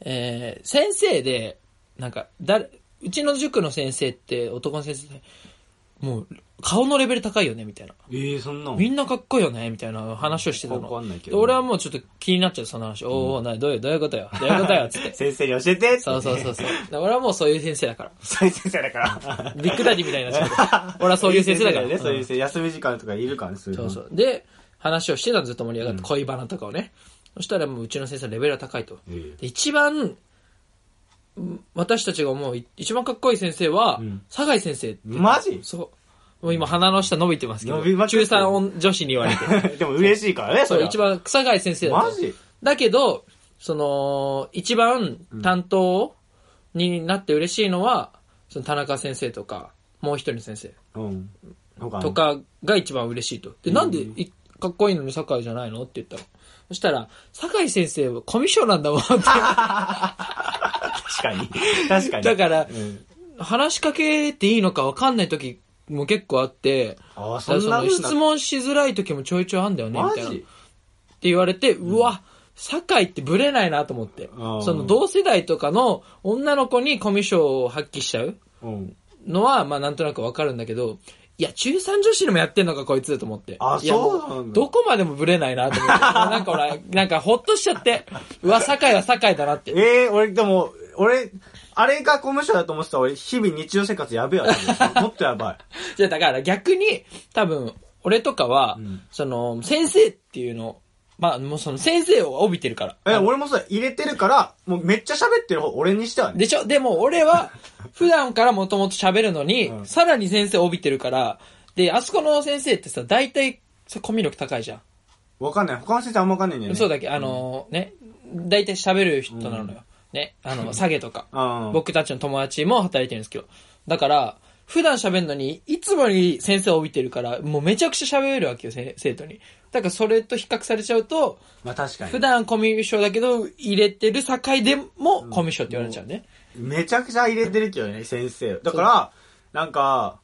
Speaker 2: えー、先生で、なんか、誰、うちの塾の先生って男の先生で、もう、顔のレベル高いよね、みたいな。
Speaker 1: ええそんな
Speaker 2: みんなかっこいいよね、みたいな話をしてたの。
Speaker 1: わかんないけ
Speaker 2: で
Speaker 1: ど
Speaker 2: 俺はもうちょっと気になっちゃう、その話。おーおー、なにどういう、どういうことよ。どういうことよ、つって。
Speaker 1: 先生に教えてって
Speaker 2: そうそうそうそう。で俺はもうそういう先生だから。
Speaker 1: そういう先生だから。
Speaker 2: ビッグダディみたいになっちゃう。俺はそういう先生だから。
Speaker 1: ね、そういう
Speaker 2: うん
Speaker 1: 先生。休み時間とかいるからね、そういう
Speaker 2: そ
Speaker 1: の
Speaker 2: うそう。で、話をしてたのずっと盛り上がって、恋バナとかをね。そしたらもううちの先生レベルが高いと。
Speaker 1: え
Speaker 2: で一番、うん私たちが思うい一番かっこいい先生は、
Speaker 1: ん
Speaker 2: 酒井先生って。
Speaker 1: マジ
Speaker 2: そう。もう今鼻の下伸びてますけど、
Speaker 1: 伸びまくって
Speaker 2: 中
Speaker 1: る
Speaker 2: 3女子に言われて。
Speaker 1: えでも嬉しいからね、そ
Speaker 2: そう、
Speaker 1: れ。
Speaker 2: 一。番、酒井先生だと
Speaker 1: マジ
Speaker 2: だけど、その、一番担当になって嬉しいのは、その田中先生とか、もう一人の先生
Speaker 1: うん。とか
Speaker 2: とかが一番嬉しいと。で、なんでいかっこいいのに酒井じゃないのって言ったら。そしたら、酒井先生はコミュ障なんだもんって。
Speaker 1: 確かに。 確かに。
Speaker 2: だから
Speaker 1: うん
Speaker 2: 話しかけていいのか分かんない時も結構あって、
Speaker 1: ああ、そ
Speaker 2: だ
Speaker 1: ん
Speaker 2: か
Speaker 1: な
Speaker 2: ら
Speaker 1: ん
Speaker 2: そ
Speaker 1: な
Speaker 2: の質問しづらい時もちょいちょいあんだよね、み
Speaker 1: マ
Speaker 2: たいな。っ
Speaker 1: ジ
Speaker 2: て言われて、うわ、酒井ってブレないなと思って。
Speaker 1: うん
Speaker 2: その同世代とかの女の子にコミュ障を発揮しちゃう
Speaker 1: うん。
Speaker 2: のは、まあなんとなく分かるんだけど、いや、中3女子でもやってんのか、こいつ、と思って。
Speaker 1: あ
Speaker 2: いや
Speaker 1: そうなんだ
Speaker 2: もどこまでもブレない な、と思って。なんか俺、なんかほっとしちゃって、うわ、酒井は酒井だなって。
Speaker 1: ええ俺、でも、俺、あれがコムショだと思ってたら俺、日々日常生活やべえわ。 多分もっとやばい。
Speaker 2: じゃあだから逆に、多分、俺とかは、
Speaker 1: うん
Speaker 2: その、先生っていうのを、まあ、もうその先生を帯びてるから。
Speaker 1: え、俺もそう、入れてるから、もうめっちゃ喋ってる方、俺にしてはね。
Speaker 2: でしょでも俺は、普段からもともと喋るのに、
Speaker 1: うん
Speaker 2: さらに先生帯びてるから、で、あそこの先生ってさ、大体、さコミュ力高いじゃん。
Speaker 1: わかんない。他の先生あんまわかんないんだよね。
Speaker 2: そうだっけあのー、ね、大体喋る人なのよ。ね、あの、下げとか。
Speaker 1: うん。
Speaker 2: 僕たちの友達も働いてるんですけど。だから、普段喋るのに、いつもより先生を帯びてるから、もうめちゃくちゃ喋るわけよ、せ生徒に。だからそれと比較されちゃうと、
Speaker 1: まあ確かに。
Speaker 2: 普段コミュ障だけど、入れてる境でもコミュ障って言われちゃうね。
Speaker 1: めちゃくちゃ入れてるけどね、先生。だから、なんか、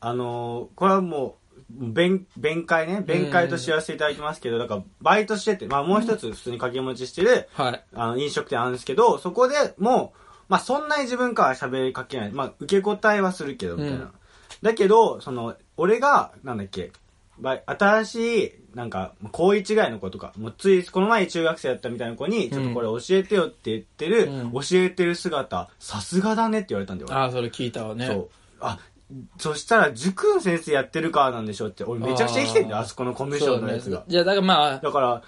Speaker 1: あのーこれはもう、弁、弁解ね。弁解と知らせていただきますけど、だから、バイトしてて、まあもう一つ普通に掛け持ちしてる、
Speaker 2: はい。
Speaker 1: あの、飲食店あるんですけど、そこでもう、まあそんなに自分からは喋りかけない。まあ受け答えはするけど、みたいな。
Speaker 2: うん
Speaker 1: だけど、その、俺が、なんだっけ、バイ新しい、なんか、高1ぐらいの子とか、もうつい、この前中学生だったみたいな子に、ちょっとこれ教えてよって言ってる、
Speaker 2: うん
Speaker 1: 教えてる姿、さすがだねって言われたんだよ、
Speaker 2: ああ、それ聞いたわ
Speaker 1: 俺
Speaker 2: ね。
Speaker 1: そう。あ、そしたら、塾の先生やってるからなんでしょうって、俺めちゃくちゃ生きてんだよ、
Speaker 2: あー
Speaker 1: あそこのコミュ
Speaker 2: そ
Speaker 1: 障
Speaker 2: う
Speaker 1: の
Speaker 2: ね
Speaker 1: やつが。
Speaker 2: じゃあ、だからまあ、
Speaker 1: だから、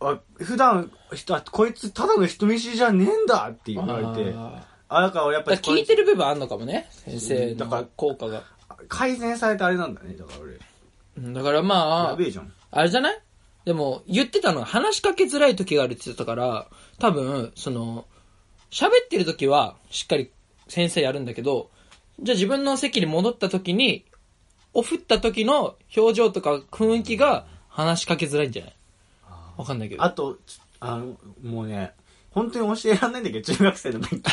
Speaker 1: あ普段人あこいつただの人見知りじゃねえんだって言われて、
Speaker 2: あ
Speaker 1: あ、だから俺やっ
Speaker 2: ー
Speaker 1: ぱ
Speaker 2: だ
Speaker 1: り
Speaker 2: から聞いてる部分あんのかもね。先生
Speaker 1: だから
Speaker 2: の効果が。
Speaker 1: 改善されたあれなんだね、だから俺。
Speaker 2: うんだからま
Speaker 1: や
Speaker 2: あ
Speaker 1: べ、えじゃん。
Speaker 2: あれじゃないでも、言ってたのは話しかけづらい時があるって言ってたから、多分、その、喋ってる時はしっかり先生やるんだけど、じゃあ自分の席に戻った時に、お振った時の表情とか雰囲気が話しかけづらいんじゃないわかんないけど。
Speaker 1: あと、ちあの、もうね、本当に教えらんないんだけど、中学生の 勉強。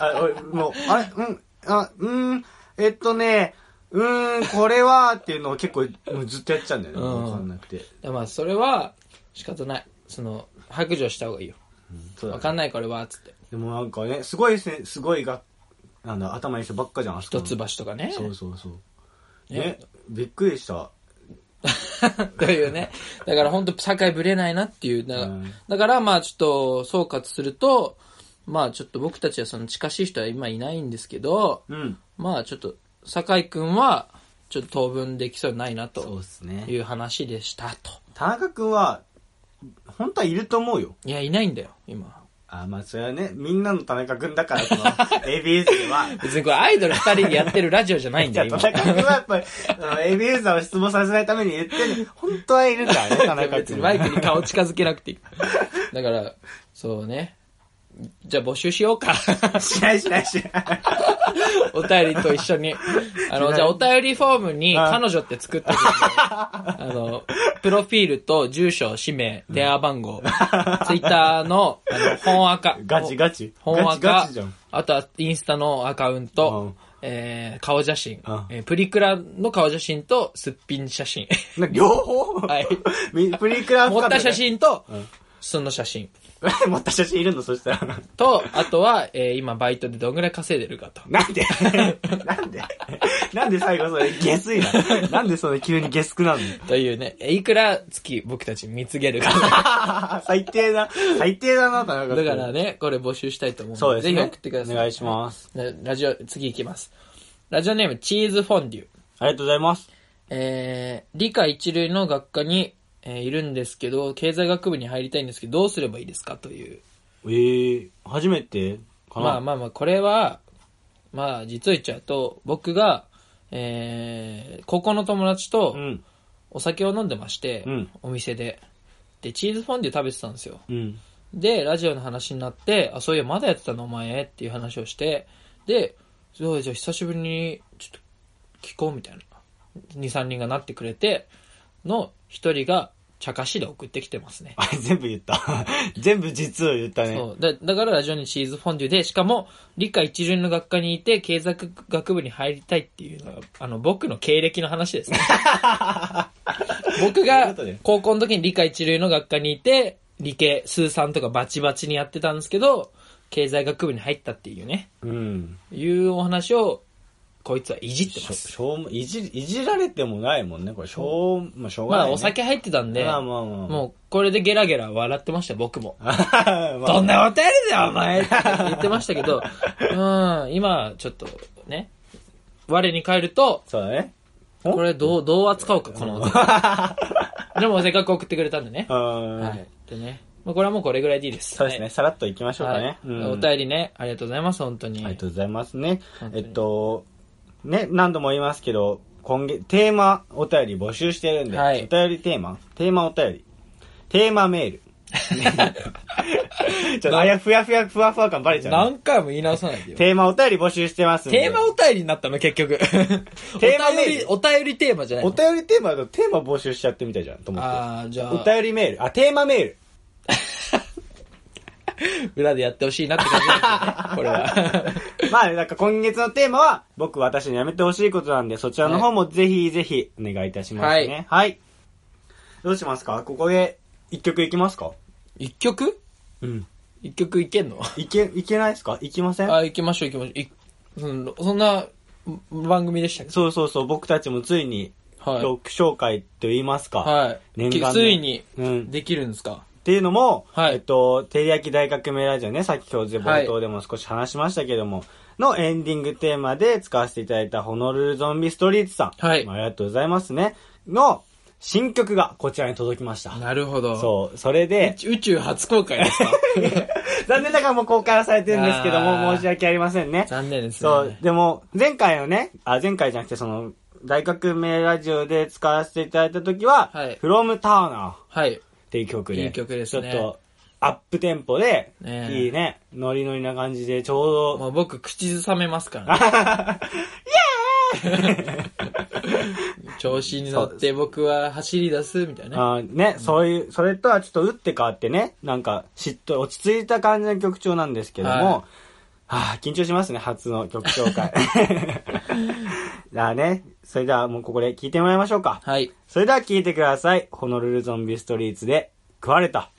Speaker 1: あ俺もう、あれ、うん、あ、うーん、えっとね、うーん、これはっていうのを結構もうずっとやっちゃうんだよね。
Speaker 2: うん
Speaker 1: わかんなくて。
Speaker 2: でまあ、それは仕方ない。その、白状した方がいいよ。
Speaker 1: そうだ
Speaker 2: わ
Speaker 1: ね
Speaker 2: かんないこれは、つって。
Speaker 1: でもなんかね、すごいせ、すごいが、なんだ、頭いい人ばっかじゃん、あそこ
Speaker 2: 一
Speaker 1: の
Speaker 2: 橋とかね。
Speaker 1: そうそうそう。
Speaker 2: ね
Speaker 1: ね、びっくりした。
Speaker 2: というね。だから本当、社会ぶれないなっていう。だから、
Speaker 1: うん
Speaker 2: だからまあちょっと総括すると、まあちょっと僕たちはその近しい人は今いないんですけど、
Speaker 1: うん。
Speaker 2: まあちょっと、酒井くんは、ちょっと当分できそうにないな
Speaker 1: そう
Speaker 2: と
Speaker 1: ですね
Speaker 2: い。う話でしたと。
Speaker 1: 田中君は、本当はいると思うよ。
Speaker 2: いや、いないんだよ、 今。
Speaker 1: あ、まあ、それはね、みんなの田中君だから、 その、ABS では。
Speaker 2: 別にこれアイドル二人でやってるラジオじゃないん
Speaker 1: じゃ
Speaker 2: だ
Speaker 1: あ
Speaker 2: よ、
Speaker 1: 田
Speaker 2: 今。
Speaker 1: 中君はやっ ぱり、あの ABS さんを失望させないために言ってる、本当はいるからね、田中
Speaker 2: 別に
Speaker 1: 君。
Speaker 2: マイクに顔近づけなくていい。だから、そうね。じゃあ募集しようか。
Speaker 1: しないしないしない。
Speaker 2: お便りと一緒に。あの、じゃあお便りフォームに彼女って作って くるんであの、プロフィールと住所、氏名、電話番 号、ツイッターの、あの、本アカ。
Speaker 1: ガチガチ。
Speaker 2: 本
Speaker 1: ガ
Speaker 2: ア
Speaker 1: チガ
Speaker 2: カ
Speaker 1: チじゃん。、
Speaker 2: あとはインスタのアカウン
Speaker 1: う
Speaker 2: ト
Speaker 1: ん、
Speaker 2: えー、顔写真
Speaker 1: うん、
Speaker 2: えープリクラの顔写真とすっぴん写真、
Speaker 1: な両方
Speaker 2: はい
Speaker 1: みプリクラ
Speaker 2: 持
Speaker 1: 使
Speaker 2: った写。真と、その写真。
Speaker 1: 持った写真いるのそしたら。
Speaker 2: と、あとは、えー今バイトでどんぐらい稼いでるかと。
Speaker 1: なんで なんでなんで最後それ、下水なのなんでそれ急に下くなる
Speaker 2: というね、えいくら月僕たち見つけるか。
Speaker 1: の 最低な、最低だな、田中
Speaker 2: だ
Speaker 1: 君
Speaker 2: からね、これ募集したいと思うので、
Speaker 1: そうですね。
Speaker 2: ぜひ送ってください。
Speaker 1: お願いします。
Speaker 2: なラジオ、次行きます。ラジオネーム、チーズフォンデュ。
Speaker 1: ありがとうございます。
Speaker 2: えー、理科一類の学科に、えーいるんですけど、経済学部に入りたいんですけど、どうすればいいですかという。
Speaker 1: えー、初めてかな
Speaker 2: まあまあまあ、これは、まあ、実を言っちゃうと、僕が、えー、高校の友達と
Speaker 1: うん。
Speaker 2: お酒を飲んでまして、
Speaker 1: うん
Speaker 2: お店で。で、チーズフォンデュ食べてたんですよ。
Speaker 1: うん。
Speaker 2: で、ラジオの話になって、あ、そういや、まだやってたのお前っていう話をして、で、そうじゃあ久しぶりに、ちょっと、聞こうみたいな。2、3人がなってくれて、の一人が、茶化しで送ってきてますね。
Speaker 1: あれ、全部言った。 全部実を言ったね。
Speaker 2: そうだだからラジオにチーズフォンデュで、しかも、理科一類の学科にいて、経済学部に入りたいっていうのが、あの、僕の経歴の話ですね。 僕
Speaker 1: そういう
Speaker 2: が
Speaker 1: ことね
Speaker 2: 高校の時に理科一類の学科にいて、理系、数三とかバチバチにやってたんですけど、経済学部に入ったっていうね、
Speaker 1: うん。
Speaker 2: いうお話を、こいつはいじって
Speaker 1: し
Speaker 2: ま
Speaker 1: ょ、
Speaker 2: す。
Speaker 1: しょうも、いじ、いじられてもないもんね。これ、しょう、まあ、しょうが
Speaker 2: ま
Speaker 1: ない、
Speaker 2: あ、
Speaker 1: ね。
Speaker 2: お酒入ってたんで、
Speaker 1: まあまあまあ
Speaker 2: もう、これでゲラゲラ笑ってましたよ、僕も。
Speaker 1: あ まあ
Speaker 2: どんなお便りだよ、お前って言ってました けど、うん、今、ちょっとね、我に返ると、
Speaker 1: そうだね。
Speaker 2: これどう、どう扱うか、このお便り。でも、せっかく送ってくれたんでね。
Speaker 1: うん。
Speaker 2: はい。でね、まあ、これはもうこれぐらいでいいです。
Speaker 1: そうですね、さらっといきましょう
Speaker 2: は
Speaker 1: か
Speaker 2: い。
Speaker 1: ね。うん
Speaker 2: お便りね、ありがとうございます、本当に。
Speaker 1: ありがとうございますね
Speaker 2: 本。当
Speaker 1: え
Speaker 2: に
Speaker 1: っと、ね、何度も言いますけど、今月、テーマお便り募集してるんで、
Speaker 2: はい
Speaker 1: お便りテーマテーマお便り。テーマメー ル。ちょっとあやふやふやふわふわ感バレちゃうね。
Speaker 2: 何回も言い直さないでよ。
Speaker 1: テーマお便り募集してますんで。
Speaker 2: テーマお便りになったの、結局。
Speaker 1: テーマ
Speaker 2: お
Speaker 1: メ
Speaker 2: 便
Speaker 1: ー
Speaker 2: り、
Speaker 1: ル
Speaker 2: お便りテーマじゃない
Speaker 1: お
Speaker 2: の。
Speaker 1: 便りテーマだとテーマ募集しちゃってみたじゃん、と思って。
Speaker 2: あー、じゃ
Speaker 1: お
Speaker 2: あ、
Speaker 1: 便りメール。あ、テーマメール。
Speaker 2: 裏でやってほしいなって感じですね、これ は。
Speaker 1: まあ、なんか今月のテーマは、僕、私にやめてほしいことなんで、そちらの方もぜひぜひお願いいたしますね。はい。どうしますかここで、一曲いきますか
Speaker 2: 一曲
Speaker 1: うん。
Speaker 2: 一曲いけんの
Speaker 1: いけ、いけないですかいきません
Speaker 2: あ、行きましょう行きましょうい。そのそんなうん番組でしたっ
Speaker 1: そうそうそう、僕たちもついに、
Speaker 2: けはい。
Speaker 1: 曲紹介と言いますか。
Speaker 2: はい。
Speaker 1: 念
Speaker 2: き
Speaker 1: 願の
Speaker 2: ついに
Speaker 1: うん
Speaker 2: できるんですか、
Speaker 1: っていうのも、
Speaker 2: はい
Speaker 1: えっと、テリヤキ大学名ラジオね、さっき今日で冒頭でも少し話しましたけども、のエンディングテーマで使わせていただいたホノルルゾンビストリートさん。
Speaker 2: はい
Speaker 1: まあありがとうございますね。の、新曲がこちらに届きました。
Speaker 2: なるほど。
Speaker 1: そう、それ で、
Speaker 2: う。宇宙初公開 ですか
Speaker 1: 残念ながらもう公開はされてるんですけど
Speaker 2: あ
Speaker 1: も、
Speaker 2: ー
Speaker 1: 申し訳ありませんね。
Speaker 2: 残念ですね。
Speaker 1: そう、でも、前回のね、あ、前回じゃなくて、その、大学名ラジオで使わせていただいた時は、
Speaker 2: はい
Speaker 1: From Turner っ
Speaker 2: はい。
Speaker 1: ていう曲で。
Speaker 2: いい曲ですね
Speaker 1: ちょっと、アップテンポで、
Speaker 2: ねえ
Speaker 1: いいね、ノリノリな感じで、ちょう
Speaker 2: ま
Speaker 1: ど、
Speaker 2: あ、僕、口ずさめますから、 ね、調子に乗って僕は走り出すみたいなね。
Speaker 1: あーね、そういう、それとはちょっと打って変わってね、なんか、しっと落ち着いた感じの曲調なんですけども、
Speaker 2: は
Speaker 1: はあ、緊張しますね、初の曲紹 介。じゃあね、それではもうここで聞いてもらいましょうか。
Speaker 2: はい。
Speaker 1: それでは聞いてください。ホノルルゾンビストリーツで食われた。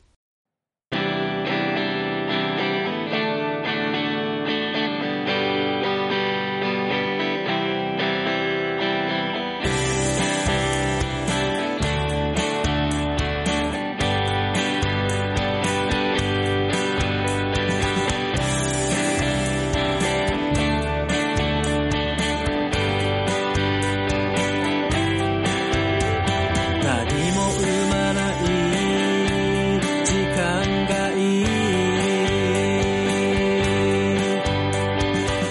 Speaker 4: 何も生まない時間がいい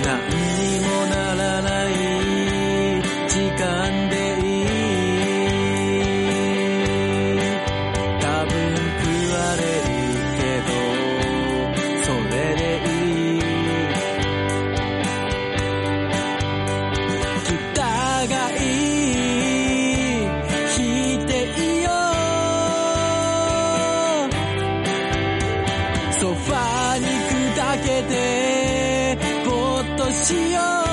Speaker 4: 何にもならない時間でいい多分食われるけどそれでいい互い否定よソファに砕けてぼーっとしよう
Speaker 5: 「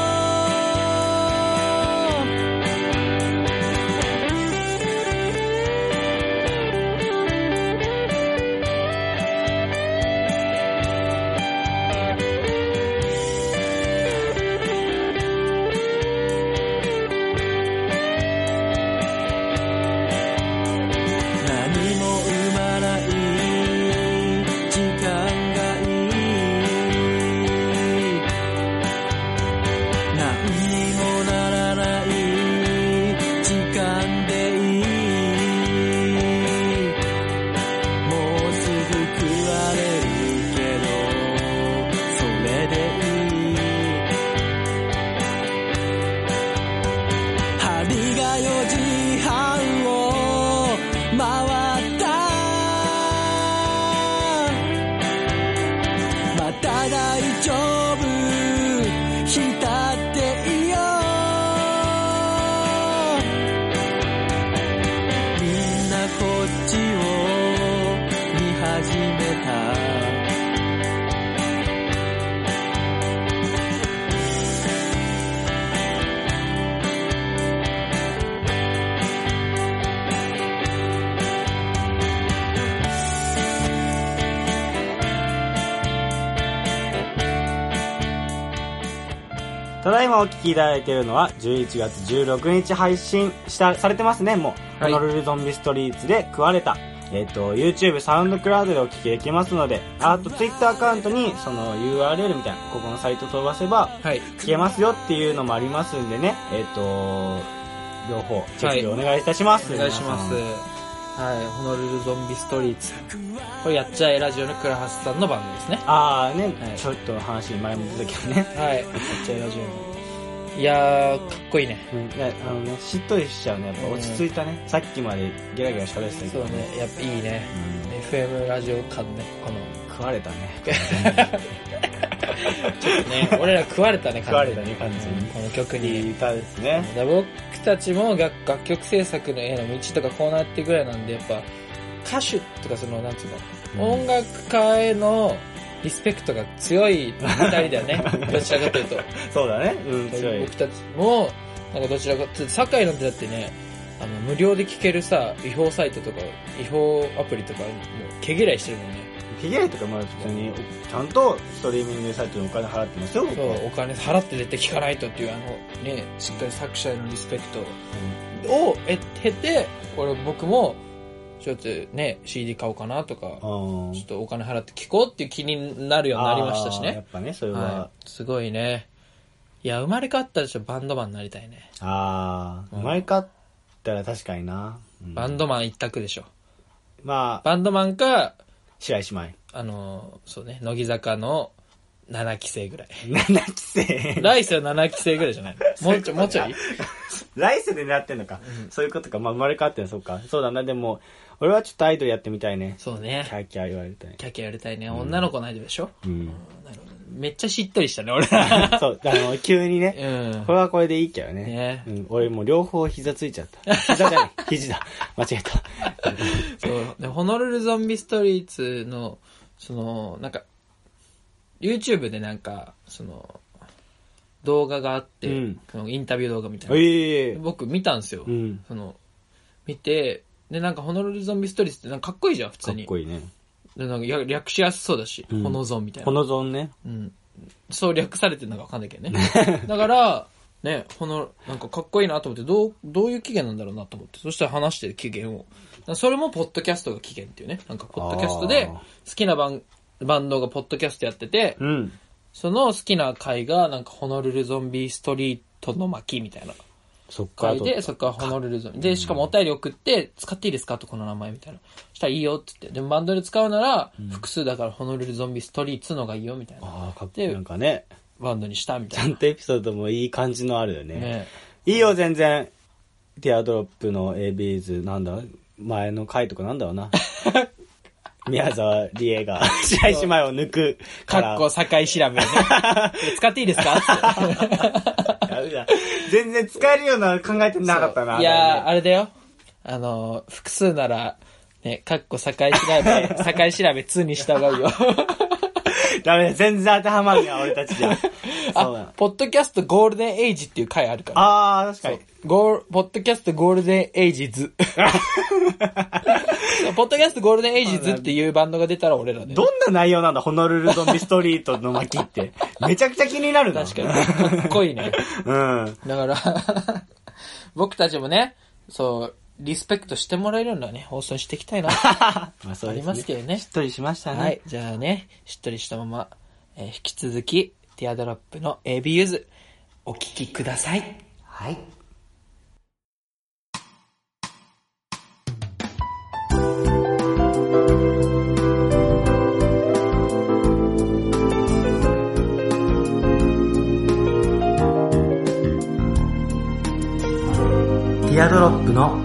Speaker 4: 大丈夫浸っていいよみんなこっちを見始めた
Speaker 1: ただいまお聞きいただいているのは11月16日配信したされてますねもう、
Speaker 2: はい
Speaker 1: ホノルルゾンビストリートで食われたえっ、と YouTube サウンドクラウドでお聞きできますのであと Twitter アカウントにその URL みたいなここのサイト飛ばせば
Speaker 2: はい。
Speaker 1: 聞けますよっていうのもありますんでねえっ、と両方チェックお願いいたします、
Speaker 2: お願いします。
Speaker 1: 皆
Speaker 2: はい。ホノルルゾンビストリーツ。これやっちゃえラジオの倉橋さんの番組ですね。
Speaker 1: さんああね、
Speaker 2: はい
Speaker 1: ちょっと話前も出たけどね
Speaker 2: はい。やっちゃえラジオ。いやー、かっこいいね。
Speaker 1: うん、いやあのね、しっとりしちゃうね。やっぱ落ち着いたね。さっきまでゲラゲラ喋ってたけ
Speaker 2: そう
Speaker 1: ど。
Speaker 2: ね。やっぱいいね。
Speaker 1: う
Speaker 2: FM ラジオ感ね。この。
Speaker 1: ん食われたね。
Speaker 2: ね、俺ら食われたね、
Speaker 1: 食われたね完全に
Speaker 2: この曲
Speaker 1: いい
Speaker 2: に。
Speaker 1: 歌ですね。
Speaker 2: だ僕たちも楽楽曲制作のへの道とかこうなってぐらいなんで、やっぱ、歌手とかその、なんつうの、
Speaker 1: うん
Speaker 2: 音楽家へのリスペクトが強い二人だよ ね。どちらかというと。
Speaker 1: そうだね。うん、強い
Speaker 2: 僕。たちも、なんかどちらか、堺なんてだってね、あの、無料で聴けるさ、違法サイトとか、違法アプリとか、もう毛嫌いしてるもんね。
Speaker 1: ヒゲとかまあ普通に、ちゃんとストリーミングサイトにお金払ってますよ、僕
Speaker 2: そ
Speaker 1: は
Speaker 2: う、お金払って絶対聞かないとっていう、あの、ね、しっかり作者へのリスペクトを得経て、俺僕も、ちょっとね、CD 買おうかなとか、
Speaker 1: うん。
Speaker 2: ちょっとお金払って聞こうっていう気になるようになりましたし
Speaker 1: あーや
Speaker 2: ね
Speaker 1: っ。ぱね、それは。
Speaker 2: はい。すごいね。いや、生まれ変わったらちょっとバンドマンになりたいね。
Speaker 1: ああ、
Speaker 2: うん
Speaker 1: 生まれ変わったら確かにな。うん
Speaker 2: バンドマン一択でしょ。
Speaker 1: まあ、
Speaker 2: バンドマンか、
Speaker 1: 白石 麻衣。
Speaker 2: あの、そうね、乃木坂の7期生ぐ らい。
Speaker 1: 7期生。
Speaker 2: 来世は7期生ぐらいじゃ ないのもうちょい、もうちょい
Speaker 1: 来世で狙ってんのか。そういうことか。まあ生まれ変わってんの、そうか。そうだな。でも、俺はちょっとアイドルやってみたいね。
Speaker 2: そうね
Speaker 1: キ。ャーキャー言われたい。
Speaker 2: キャキャやりたいね。女の子の間でしょ、
Speaker 1: うん。
Speaker 2: めっちゃしっとりしたね、俺ら。
Speaker 1: そう、あの、急にね。
Speaker 2: うん
Speaker 1: こ。れはこれでいいけどね。
Speaker 2: ね
Speaker 1: うん、俺もう両方膝ついちゃ った。膝じゃない、肘だ。間違えた。
Speaker 2: そう。で、ホノルルゾンビストリーツの、その、なんか、YouTube でなんか、その、動画があって、
Speaker 1: うん
Speaker 2: そのインタビュー動画み たいな。
Speaker 1: ええ
Speaker 2: 僕見たんですよ。
Speaker 1: うん。
Speaker 2: その、見て、で、なんか、ホノルルゾンビストリーツってなんかかっこいいじゃん、普
Speaker 1: か
Speaker 2: 通
Speaker 1: っ
Speaker 2: に。
Speaker 1: こいいね。
Speaker 2: でなんかや略しやすそうだし、
Speaker 1: うん
Speaker 2: ホノゾンみたいな。
Speaker 1: このゾーンね。
Speaker 2: うん。そう略されてるのかわかんないけどね。 だから、ね、この、なんかかっこいいなと思って、どう、どういう期限なんだろうなと思って、そしたら話してる期限を。だからそれもポッドキャストが期限っていうね。なんかポッドキャストで
Speaker 1: あ、
Speaker 2: 好きなバンバンドがポッドキャストやってて、
Speaker 1: うん。
Speaker 2: その好きな回が、なんかホノルルゾンビストリートの巻みたいな
Speaker 1: そっか
Speaker 2: 回
Speaker 1: と。
Speaker 2: で、そっからホノルルゾンビ。で、しかもお便り送って、使っていいですかとこの名前みたいな。そしたらいいよって言って、でもバンドで使うなら、複数だからホノルルゾンビストリートのがいいよみたいな。
Speaker 1: ああ、かっこいい。
Speaker 2: で
Speaker 1: なんかね、
Speaker 2: バンドにしたみ
Speaker 1: ち
Speaker 2: た
Speaker 1: ゃ
Speaker 2: い
Speaker 1: んとエピソードもいい感じのあるよ
Speaker 2: な。
Speaker 1: ね。
Speaker 2: ね
Speaker 1: いいよ、全然。ティアドロップの a b ーズなんだ前の回とかなんだろう な。宮沢りえが白石麻衣を抜くか
Speaker 2: からっ。こ堺調べね。使ってい いですかっ
Speaker 1: ダメだ全然使えるような考えてなかったな。
Speaker 2: ていやー、
Speaker 1: あ
Speaker 2: あれだよ。あのー、複数なら、ね、かっこ堺調 べ、堺調べ2にした方がいいよ。
Speaker 1: れね ダメだ、全然当てはまるな、俺たちじゃ。そうだ
Speaker 2: あ、。ポッドキャストゴールデンエイジっていう回あるから。
Speaker 1: あー、確かに。
Speaker 2: ゴール、ポッドキャストゴールデンエイジ ズ。ポッドキャストゴールデンエイジズっていうバンドが出たら俺らだよ
Speaker 1: どんな内容なんだ、ホノルルゾンビストリートの巻って。めちゃくちゃ気になるな。
Speaker 2: 確かに。かっこいいね。
Speaker 1: うん。
Speaker 2: だから、 僕たちもね、そう、リスペクトしてもらえるようなね、放送にしていきたいな。
Speaker 1: まあそ
Speaker 2: あります けどね
Speaker 1: しっとりしましたね。
Speaker 2: はい、じゃあね、しっとりしたまま、えー引き続き、ティアドロップの AB ユーズ、お聴きください。
Speaker 1: はい。ティアドロップの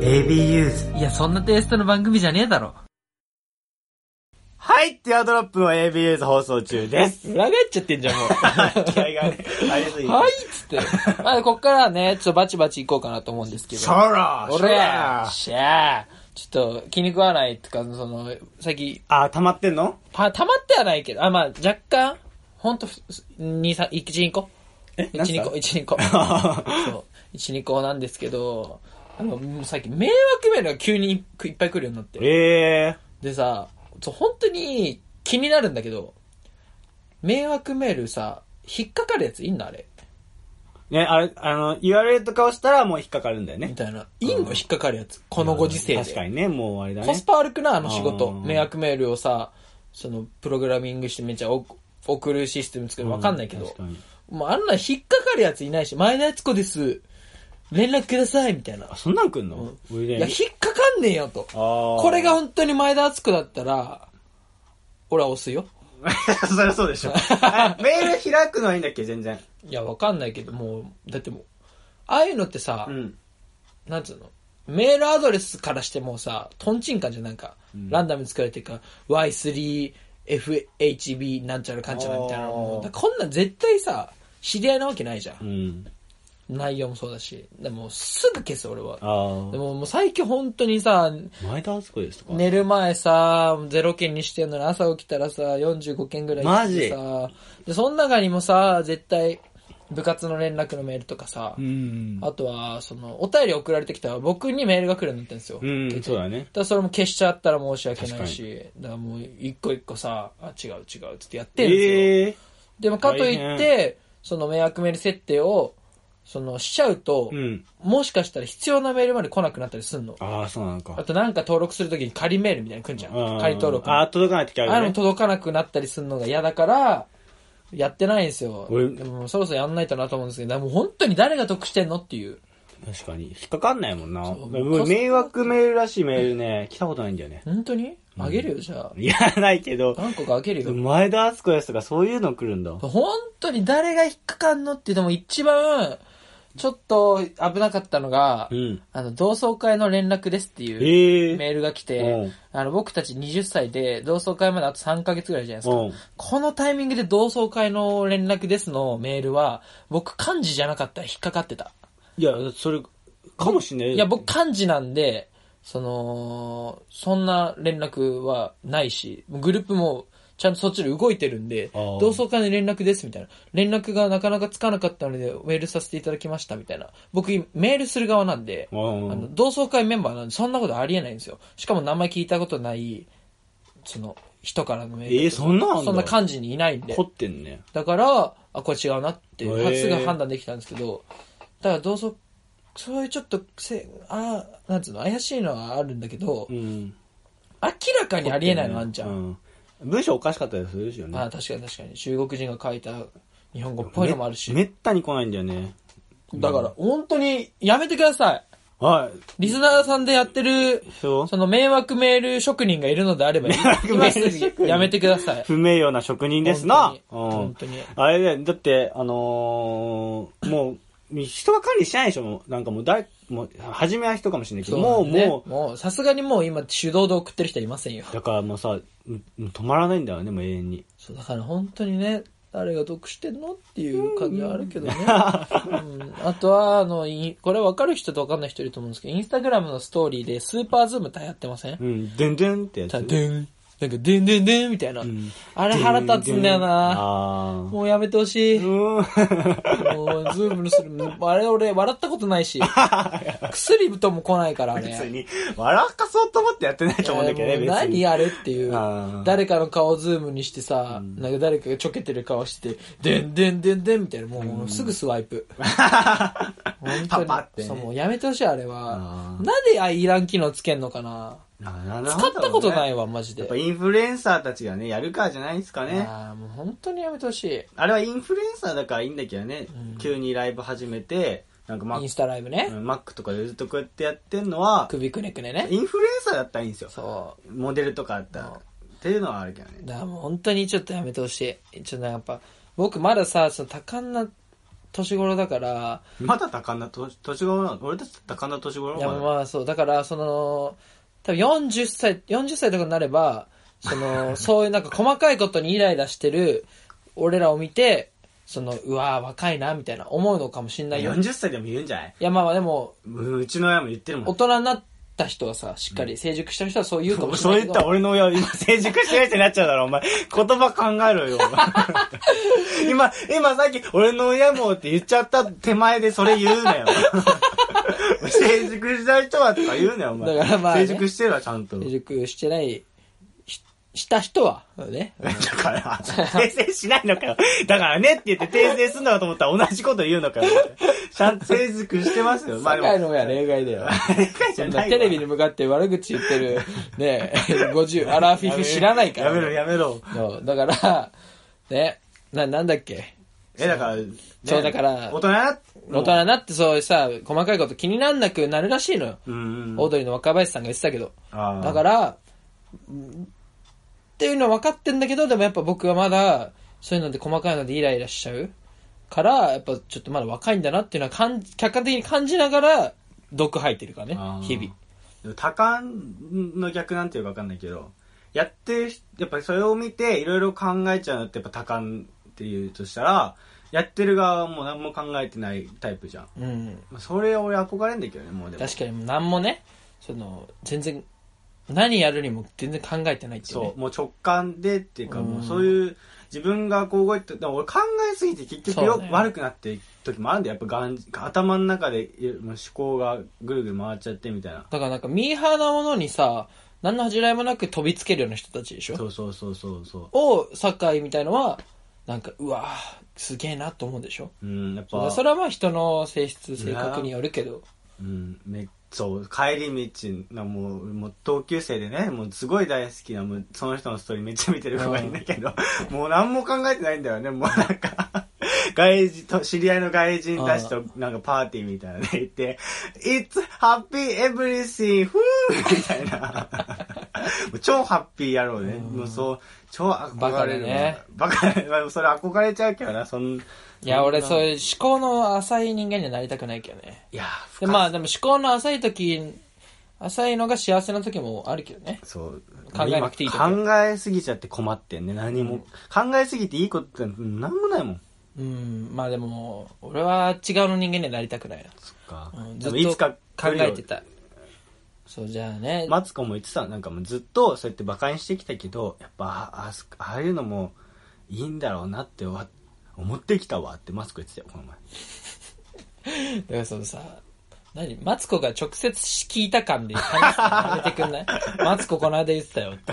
Speaker 1: ABUs。
Speaker 2: いや、そんなテイストの番組じゃねえだろ。
Speaker 1: はい、ティアドロップの ABS 放送中です。
Speaker 2: 裏返っちゃってんじゃん、もう。
Speaker 1: 気合がね、ありがとう
Speaker 2: はいっつって。まあ、こっからはね、ちょっとバチバチ行こうかなと思うんですけど。
Speaker 1: シャラ
Speaker 2: 俺
Speaker 1: シャラ
Speaker 2: しゃあちょっと気に食わないとか、その、最近、
Speaker 1: あ、溜まってんの
Speaker 2: パ溜まってはないけど、あ、まあ、若干、ほんと、2、3、1、2個
Speaker 1: え
Speaker 2: ?1、2個、1、2個。 そう。1、2個なんですけど、あの、もう最近迷惑メールが急にいっぱい来るようになって。
Speaker 1: ええ
Speaker 2: でさ、そう本当に気になるんだけど、迷惑メールさ、引っかかるやついんのあれ。
Speaker 1: ー。ね、あれ、あの、言われるとかをしたらもう引っかかるんだよ
Speaker 2: み
Speaker 1: ね。
Speaker 2: たいな。いいの引っかかるやつ。このご時世で。
Speaker 1: 確かにね、もう終わりだ
Speaker 2: コ
Speaker 1: ね
Speaker 2: ス。パ悪くないあの仕事。
Speaker 1: うん
Speaker 2: 迷惑メールをさ、その、プログラミングしてめっちゃお送るシステム作る。わかんないけ
Speaker 1: う
Speaker 2: ど
Speaker 1: 確。かに
Speaker 2: もうあんな引っかかるやついないし、前田悦子です。連絡ください、みたいな
Speaker 1: あ、。そんなん来んの
Speaker 2: う
Speaker 1: 俺
Speaker 2: ん
Speaker 1: ね
Speaker 2: いや、引っかかんねえよと。
Speaker 1: あー
Speaker 2: これ が本当に前田敦子だったら、俺は押すよ。
Speaker 1: そりゃそうでし ょ。あメール開くのはいいんだっけ、全然。
Speaker 2: いや、わかんないけど、もう、だってもう、ああいうのってさ、
Speaker 1: うん。
Speaker 2: なんつうのメールアドレスからしてもさ、トンチンカンじゃんなんか、ランダムに作られてるから、Y3FHB なんちゃらかんちゃらみたいなのも
Speaker 1: あー
Speaker 2: だからこんなん絶対さ、知り合いなわけないじゃ。
Speaker 1: うんん。
Speaker 2: 内容もそうだし。でも、すぐ消す、俺は。
Speaker 1: あ
Speaker 2: でも、もう最近本当にさ、
Speaker 1: あ。前田敦子ですとか。
Speaker 2: 寝る前さ、0件にしてんのに朝起きたらさ、45件ぐらい来てさ、で、その中にもさ、絶対、部活の連絡のメールとかさ、
Speaker 1: うん。
Speaker 2: あとは、その、お便り送られてきたら僕にメールが来るようになってんですよ。
Speaker 1: うん、そうだね。
Speaker 2: だからそれも消しちゃったら申し訳ないし、だからもう一個一個さ、あ、違う違うっつってやってるんですよ。
Speaker 1: ええ
Speaker 2: でもかといって、その迷惑メール設定を、その、しちゃうと、
Speaker 1: うん。
Speaker 2: もしかしたら必要なメールまで来なくなったりすんの。
Speaker 1: ああ、そうなのか
Speaker 2: あ。となんか登録するときに仮メールみたいに来んじゃ
Speaker 1: うん
Speaker 2: ん。仮登録。
Speaker 1: あ
Speaker 2: あ
Speaker 1: あ、届かない時ある
Speaker 2: あい
Speaker 1: よ
Speaker 2: うの
Speaker 1: ね。
Speaker 2: 届かなくなったりするのが嫌だから、やってないんですよ。
Speaker 1: 俺
Speaker 2: でもそろそろやんないとなと思うんですけど、だからもう本当に誰が得してんのっていう。
Speaker 1: 確かに。引っかかんないもんな。
Speaker 2: う
Speaker 1: もう迷惑メールらしいメールね、来たことないんだよね。
Speaker 2: 本当にあげるよ、じゃ
Speaker 1: いや、ないけど
Speaker 2: あ。、何個かあげるよ。
Speaker 1: 前田敦子ですとかそういうの来るんだ。
Speaker 2: 本当に誰が引っかかんのってでも一番、ちょっと危なかったのが、
Speaker 1: うん。
Speaker 2: あの、同窓会の連絡ですっていう
Speaker 1: ええ
Speaker 2: メールが来て、
Speaker 1: うん
Speaker 2: あの、僕たち20歳で同窓会まであと3ヶ月ぐらいじゃないですか。
Speaker 1: うん
Speaker 2: このタイミングで同窓会の連絡ですのメールは、僕漢字じゃなかったら引っかかってた。
Speaker 1: いや、それ、かもしんない。
Speaker 2: いや、僕漢字なんで、その、そんな連絡はないし、グループもちゃんとそっちで動いてるんで、
Speaker 1: あー
Speaker 2: 同窓会の連絡ですみたいな。連絡がなかなかつかなかったので、メールさせていただきましたみたいな。僕、メールする側なんで、
Speaker 1: うん
Speaker 2: あの同窓会メンバーなんで、そんなことありえないんですよ。しかも名前聞いたことない、その、人からのメール。
Speaker 1: えーそんなんあんだ
Speaker 2: そんな漢字にいないんで
Speaker 1: 凝。ってんね。
Speaker 2: だから、あ、これ違うなって、
Speaker 1: へー
Speaker 2: すぐ判断できたんですけど、だからどうぞ、そういうちょっと、せ、あーなんつうの、怪しいのはあるんだけど、
Speaker 1: うん。
Speaker 2: 明らかにありえないのあんじゃん。
Speaker 1: う文章おかしかったりするですよね。
Speaker 2: あー確かに確かに。中国人が書いた日本語っぽいのもあるし。
Speaker 1: めめったに来ないんだよね。
Speaker 2: だから、本当に、やめてください。
Speaker 1: はい。
Speaker 2: リスナーさんでやってる、
Speaker 1: そう
Speaker 2: その迷惑メール職人がいるのであれば、
Speaker 1: 惑メ
Speaker 2: 今
Speaker 1: ール職人
Speaker 2: すぐやめてください。
Speaker 1: 不名誉な職人ですな。
Speaker 2: 本当に
Speaker 1: うん
Speaker 2: 本
Speaker 1: あれだよだって、あのーもう、人が管理しないでしょ、もうなんかもう誰、もう、初めは人かもしれないけど、もう、
Speaker 2: そうなんだね
Speaker 1: もう、
Speaker 2: もう、さすがにもう今手動で送ってる人いませんよ。
Speaker 1: だからもうさ、うん止まらないんだよね、もう永遠に。
Speaker 2: そうだから本当にね誰が得してんのっていう感じはあるけどね、うん、あとはあのいこれ分かる人と分かんない人いると思うんですけどインスタグラムのストーリーでスーパーズームって流行ってません、
Speaker 1: うん、でんでんってやつ。
Speaker 2: たでんなんかでんでんでんみたいな、
Speaker 1: ん
Speaker 2: あれ腹立つんだよな
Speaker 1: あー
Speaker 2: もうやめてほしい、
Speaker 1: うーん。
Speaker 2: もうズームのするあれ俺笑ったことない し薬とも来ないからあれ
Speaker 1: 別に、笑かそうと思ってやってないと思うんだけどね、
Speaker 2: い
Speaker 1: 別
Speaker 2: やもう何
Speaker 1: に。
Speaker 2: やるっていう
Speaker 1: あー。
Speaker 2: 誰かの顔をズームにしてさ、なんか誰かがちょけてる顔してて、でんでんでんでんみたいな、もうすぐスワイ プ。本当
Speaker 1: パ
Speaker 2: に
Speaker 1: パってね
Speaker 2: そう、もうやめてほしい、あれは
Speaker 1: あ。ー
Speaker 2: なんでああいらん機能つけんのかな
Speaker 1: 使
Speaker 2: 使ったことないわ、マジ
Speaker 1: や
Speaker 2: で
Speaker 1: っぱ。インフルエンサーたちがね、やるからじゃないですかね。
Speaker 2: ああ、もう本当にやめてほしい。
Speaker 1: あれはインフルエンサーだからいいんだけどね、急にライブ始めて、なんかマ
Speaker 2: イン
Speaker 1: ッ
Speaker 2: スタライブ
Speaker 1: う
Speaker 2: ね。
Speaker 1: んマックとかでずっとこうやってやってんのは、
Speaker 2: 首くねくねね。
Speaker 1: インフルエンサーだったらいいんですよ。
Speaker 2: そ
Speaker 1: モデルとかだったら。っていうのはあるけど
Speaker 2: う。
Speaker 1: ね。
Speaker 2: だからもう本当にちょっとやめてほしい。ちょっとなんかやっぱ、僕まださ、その多感な年頃だから、
Speaker 1: まだ高んな年年頃なの俺たち高んな年頃
Speaker 2: い
Speaker 1: な
Speaker 2: や、
Speaker 1: の
Speaker 2: まあそう。だから、その、多分40歳、40歳とかになれば、その、そういうなんか細かいことにイライラしてる、俺らを見て、その、うわー若いな、みたいな思うのかもしんないよ。い
Speaker 1: 40歳でも言うんじゃない
Speaker 2: や、まあまあでも、
Speaker 1: うんうちの親も言ってるも
Speaker 2: 大
Speaker 1: ん。
Speaker 2: 人になった人はさ、しっかり成熟した人はそう言うかもしれ
Speaker 1: そう
Speaker 2: ない
Speaker 1: 言
Speaker 2: け
Speaker 1: っ
Speaker 2: ど。
Speaker 1: たら俺の親、今成熟してないってなっちゃうだろ、お前。言葉考えろよ。 今、今さっき、俺の親もって言っちゃった手前でそれ言う なよ。成熟してない人はとか言うなよ、お前。
Speaker 2: だからまあね
Speaker 1: 成熟してるわ、ちゃんと。
Speaker 2: 成熟してない、しした人は、ね。
Speaker 1: だから、 訂正しないのかよ。だからねって言って訂正すんだと思ったら同じこと言うのかよ。ちゃんと成熟してますよ。まあ
Speaker 2: 社
Speaker 1: で
Speaker 2: 会
Speaker 1: も、
Speaker 2: の親例外だよ。
Speaker 1: 正解じ
Speaker 2: そ
Speaker 1: ゃ
Speaker 2: ん
Speaker 1: な
Speaker 2: ないテレ
Speaker 1: わ
Speaker 2: ビに向かって悪口言ってる、 ね、50、アラフィフ知らないから、
Speaker 1: やめろ、 やめろ。
Speaker 2: そうだから、ね、な、なんだっけ。
Speaker 1: え、だから、
Speaker 2: そうだから
Speaker 1: 大人な、
Speaker 2: 大人になってそういうさ、細かいこと気になんなくなるらしいのよ。
Speaker 1: うんうん。
Speaker 2: オードリーの若林さんが言ってたけど。
Speaker 1: あー
Speaker 2: だから、うんっていうのは分かってんだけど、でもやっぱ僕はまだ、そういうので細かいのでイライラしちゃうから、やっぱちょっとまだ若いんだなっていうのは感じ、客観的に感じながら、毒吐いてるからね
Speaker 1: あ、ー
Speaker 2: 日々。
Speaker 1: でも多感の逆なんていうか分かんないけど、やってる人、やっぱりそれを見ていろいろ考えちゃうのってやっぱ多感っていうとしたら、やってる側はもう何も考えてないタイプじゃん。
Speaker 2: うん。
Speaker 1: それ俺憧れんだけどね、もうでも。
Speaker 2: 確かに何もね、その、全然、何やるにも全然考えてないっていうね
Speaker 1: そう、。もう直感でっていうか、もうそういう、自分がこう動いて、でも俺考えすぎて結局
Speaker 2: そ
Speaker 1: よ、
Speaker 2: うね
Speaker 1: 悪くなっていく時もあるんだよ。やっぱがん頭の中でいもう思考がぐるぐる回っちゃってみたいな。
Speaker 2: だからなんかミーハーなものにさ、何の恥じらいもなく飛びつけるような人たちでし
Speaker 1: そ
Speaker 2: ょ
Speaker 1: うそうそうそうそ
Speaker 2: を、酒井みたいのは、なんか、うわぁ、すげえなと思うでしょ
Speaker 1: う。うん、やっぱ。
Speaker 2: それはまあ人の性質、性格によるけど。
Speaker 1: うん、めそう帰り道なもうもう同級生でねもうすごい大好きなもうその人のストーリーめっちゃ見てる子がいるんだけど、もう何も考えてないんだよねもうなんか外人と知り合いの外人たちとなんかパーティーみたいなので行って「It's happy everything! ふー!」 みたいなもう超ハッピー野郎ね、もうそう超憧れるバカだねバカだねそれ憧れちゃうけどなそん
Speaker 2: いや、俺そういう思考の浅い人間にはなりたくないけどね。
Speaker 1: いや
Speaker 2: でまあでも思考の浅い時、浅いのが幸せな時もあるけどね。
Speaker 1: そう。
Speaker 2: 考えなくていいとこ
Speaker 1: 今考えすぎちゃって困ってんね。何も。考えすぎていいことって何もないもん。
Speaker 2: うん、まあでも、俺は違うの人間にはなりたくないな。
Speaker 1: そっか
Speaker 2: うんず
Speaker 1: で
Speaker 2: っ
Speaker 1: も
Speaker 2: と
Speaker 1: いつか
Speaker 2: 考
Speaker 1: 来るよ
Speaker 2: えて。た。そうじゃあね。
Speaker 1: マツコも言ってた。なんかもうずっとそうやって馬鹿にしてきたけど、やっぱ、ああそああいうのもいいんだろうなってわ思ってきたわってマツコ言ってたよ、この前。
Speaker 2: だからそのさ、何マツコが直接聞いた感で話すのやめてくんない マツコこの間言ってたよって。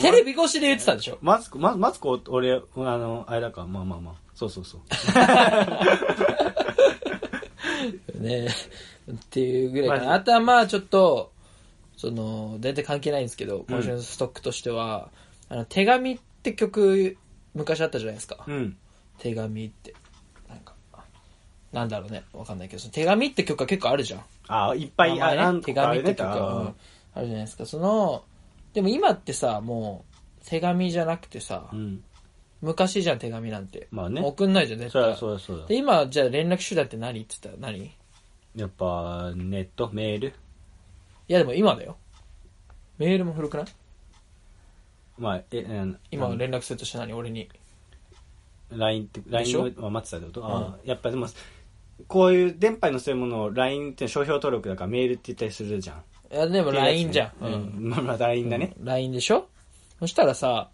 Speaker 2: テレビ越しで言ってたで しょ
Speaker 1: マツコ、ママツコ、俺、あの、あれだから、まあまあまあ。そうそうそう。
Speaker 2: ねっていうぐらいか
Speaker 1: ま
Speaker 2: な。あとはまあちょっと、その、全然関係ないんですけど、今週のストックとしては、あの、手紙って曲、昔あったじゃないですか。
Speaker 1: うん。
Speaker 2: 手紙って。なんか、なんだろうね。わかんないけど、その手紙って曲が結構あるじゃん。
Speaker 1: あ、いっぱい、
Speaker 2: 名前
Speaker 1: あ、
Speaker 2: ね
Speaker 1: なん
Speaker 2: 手
Speaker 1: とかあれ
Speaker 2: 紙って
Speaker 1: ね
Speaker 2: 曲
Speaker 1: あ
Speaker 2: があるじゃないですか。その、でも今ってさ、もう、手紙じゃなくてさ、
Speaker 1: うん。
Speaker 2: 昔じゃん、手紙なんて。
Speaker 1: まあね
Speaker 2: 送んないじゃん、絶
Speaker 1: そう
Speaker 2: 対。
Speaker 1: だそうだそうだ
Speaker 2: で、。今、じゃあ連絡手段って何って言ったら何い
Speaker 1: やっぱ、ネット、メール。
Speaker 2: や、でも今だよ。メールも古くない
Speaker 1: まあ、え、うん
Speaker 2: 今連絡するとしたら何俺に。
Speaker 1: LINE って、
Speaker 2: でし
Speaker 1: LINE
Speaker 2: ょ
Speaker 1: をまあ待ってたってこと、ああやっぱでも、こういう電波に載せるものを LINE って商標登録だからメールって言ったりするじゃん。
Speaker 2: いや、でも LINE じゃん。
Speaker 1: う
Speaker 2: うん。
Speaker 1: ん。まあまあ LINE だね。
Speaker 2: LINE でしょそしたらさ、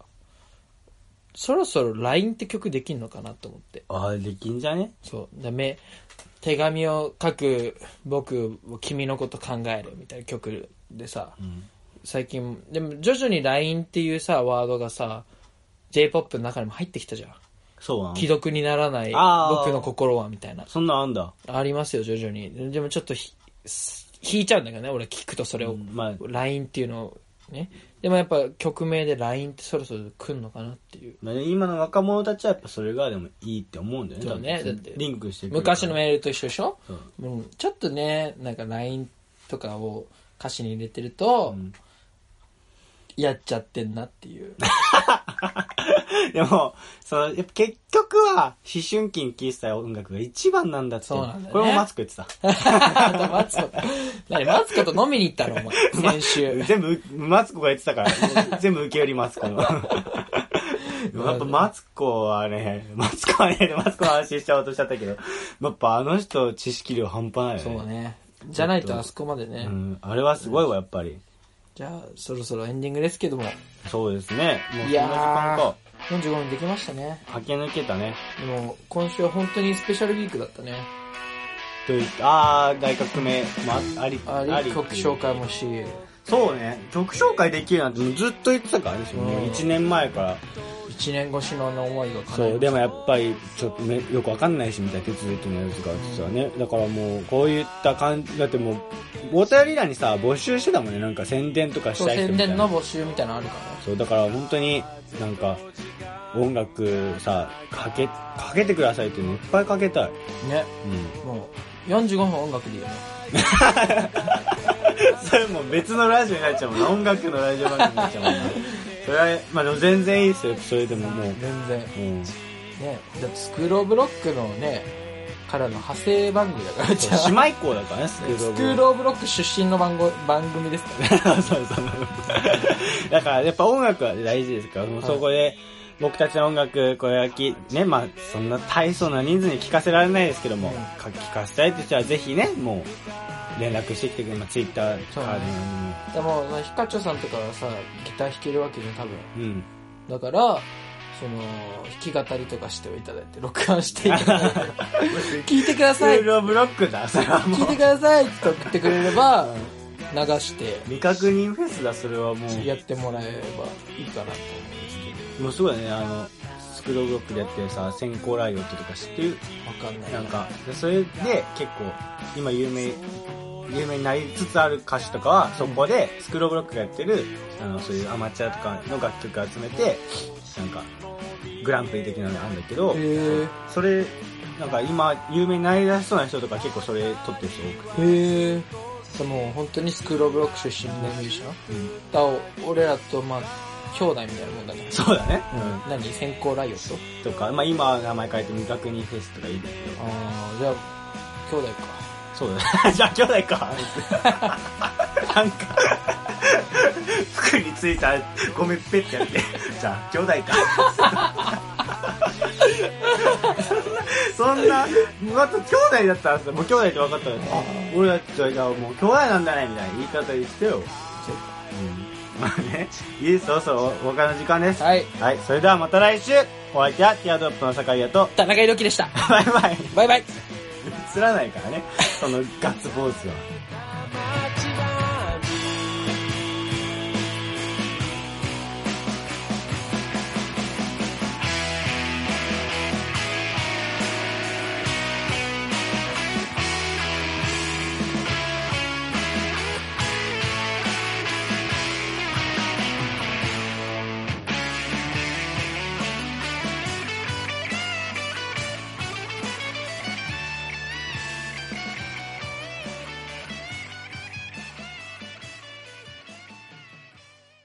Speaker 2: そろそろ LINE って曲できんのかなと思って。
Speaker 1: ああ、できんじゃね
Speaker 2: そう。だめ、手紙を書く僕、君のこと考えるみたいな曲でさ、最近、でも徐々に LINE っていうさ、ワードがさ、J-POP の中にも入ってきたじゃん。
Speaker 1: そうなの
Speaker 2: 既読にならない
Speaker 1: あー
Speaker 2: 僕の心はみたいな。
Speaker 1: そんなんあんだ。
Speaker 2: ありますよ、徐々に。でもちょっとひ、引いちゃうんだけどね、俺聞くとそれを。
Speaker 1: うんまあ
Speaker 2: LINE っていうのをね。でもやっぱ曲名で LINE ってそろそろ来んのかなっていう。
Speaker 1: まあね、今の若者たちはやっぱそれがでもいいって思うんだよね。
Speaker 2: そうね
Speaker 1: 多分
Speaker 2: だって
Speaker 1: リンクしてくるから
Speaker 2: 昔のメールと一緒でしょ
Speaker 1: そう
Speaker 2: うん、ちょっとね、なんか LINE とかを歌詞に入れてると、
Speaker 1: ん
Speaker 2: やっちゃってんなっていう。
Speaker 1: でも、その、やっぱ結局は、思春期に聴いてた音楽が一番なんだって。
Speaker 2: そうなんだよね
Speaker 1: これもマツコ言ってた。
Speaker 2: あとマツコと。何、マツコと飲みに行っ たのお前、先週。
Speaker 1: 全部、マツコが言ってたから、 全部受け売りマツ コの。でもやっぱマツコはね、マツコはね、マツコの話しちゃおうとしちゃったけど、やっぱあの人知識量半端ないよね。
Speaker 2: そうね。じゃないとあそこまでね。
Speaker 1: うん、あれはすごいわ、やっぱり。
Speaker 2: じゃあ、そろそろエンディングですけども。
Speaker 1: そうですね。もう
Speaker 2: い
Speaker 1: そんな時間
Speaker 2: や
Speaker 1: か。
Speaker 2: ー、45分できましたね。
Speaker 1: 駆け抜けたね。
Speaker 2: でも、今週は本当にスペシャルウィークだったね。
Speaker 1: というあー、大革命もああり、
Speaker 2: あ
Speaker 1: り
Speaker 2: れ、曲紹介もし、
Speaker 1: そうね。曲紹介できるなんてずっと言ってたからね、その
Speaker 2: うん
Speaker 1: 1年前から。
Speaker 2: 1年越しの思いが叶いました
Speaker 1: そう、でもやっぱり、ちょっとね、よくわかんないしみたいな手続きのやつが実はね。だからもう、こういった感じ、だってもう、お便り欄にさ、募集してたもんね、なんか宣伝とかし
Speaker 2: そう
Speaker 1: たい人
Speaker 2: 宣
Speaker 1: みたい
Speaker 2: 伝
Speaker 1: な
Speaker 2: の。募集みたいなのあるから
Speaker 1: そう、だから本当になんか、音楽さ、かけ、かけてくださいっていうのいっぱいかけたい。
Speaker 2: ね
Speaker 1: うん。
Speaker 2: もう45分音楽でいいよね
Speaker 1: それもう別のラジオになっちゃうもんな音楽のラジオ番組になっちゃうもんなそれはまあでも全然いいですよそれでももう、
Speaker 2: 全然
Speaker 1: うん、
Speaker 2: ねだってスクールオブロックのねからの派生番組だからうちは
Speaker 1: そう姉妹校だからねスク
Speaker 2: スク
Speaker 1: ー
Speaker 2: ー
Speaker 1: ル
Speaker 2: ル
Speaker 1: オ
Speaker 2: オブロック出身の番号番組ですから
Speaker 1: ブ
Speaker 2: ね
Speaker 1: そうそうだからやっぱ音楽は大事ですから、もうそこで僕たちの音楽これはきねまあそんな大層な人数に聞かせられないですけども、
Speaker 2: うん
Speaker 1: か聞かせたいって人はぜひねもう連絡してきてくれ、まあ、ツイッターとかでも
Speaker 2: でもそのヒカチョさんとかはさギター弾けるわけじゃん多分
Speaker 1: うん
Speaker 2: だからその弾き語りとかしていただいて録音していただい て聞いてくだ
Speaker 1: スク
Speaker 2: さい
Speaker 1: ー
Speaker 2: 聞
Speaker 1: ルオブロックだそれはもう
Speaker 2: いてくださいって送ってくれれば流して
Speaker 1: 未確認フェスだそれはもう
Speaker 2: やってもらえばいいかなと思うんです
Speaker 1: もうすごいねあのスクロールブロックでやってるさ先行ライオットとか知ってる
Speaker 2: けどわかんない
Speaker 1: なんかでそれで結構今有名有名になりつつある歌手とかはそこでスクロールブロックがやってるあのそういうアマチュアとかの楽曲集めてなんかグランプリ的なのがあるんだけど
Speaker 2: へー
Speaker 1: それなんか今有名になりだしそうな人とか結構それ撮ってる人多くて、
Speaker 2: へえ。でも本当にスクールオブロック出身のミュージシャンだから俺らとまあ、兄弟みたいなもんだね。
Speaker 1: そうだね、
Speaker 2: 何先行ライオット
Speaker 1: とか、まあ、今は名前変えて未確認フェスとかいいんだけど
Speaker 2: ああ、じゃあ、兄弟か。
Speaker 1: そうだね。 じゃあ兄弟か。なんか、服についたゴミペってやって、じゃあ兄弟か。そんな、また兄弟だったらさ、もう兄弟って分かったら、あ、俺だってじゃあもう兄弟なんだね、みたいな言い方にしてよ。うん。まあね、いいです、そうそう、お他の時間です。
Speaker 2: はい。
Speaker 1: はい、それではまた来週、お相手はティアドロップの酒井屋と、
Speaker 2: 田中裕樹でした。
Speaker 1: バイバイ。
Speaker 2: バイバイ。
Speaker 1: 映らないからね、そのガッツポーズは。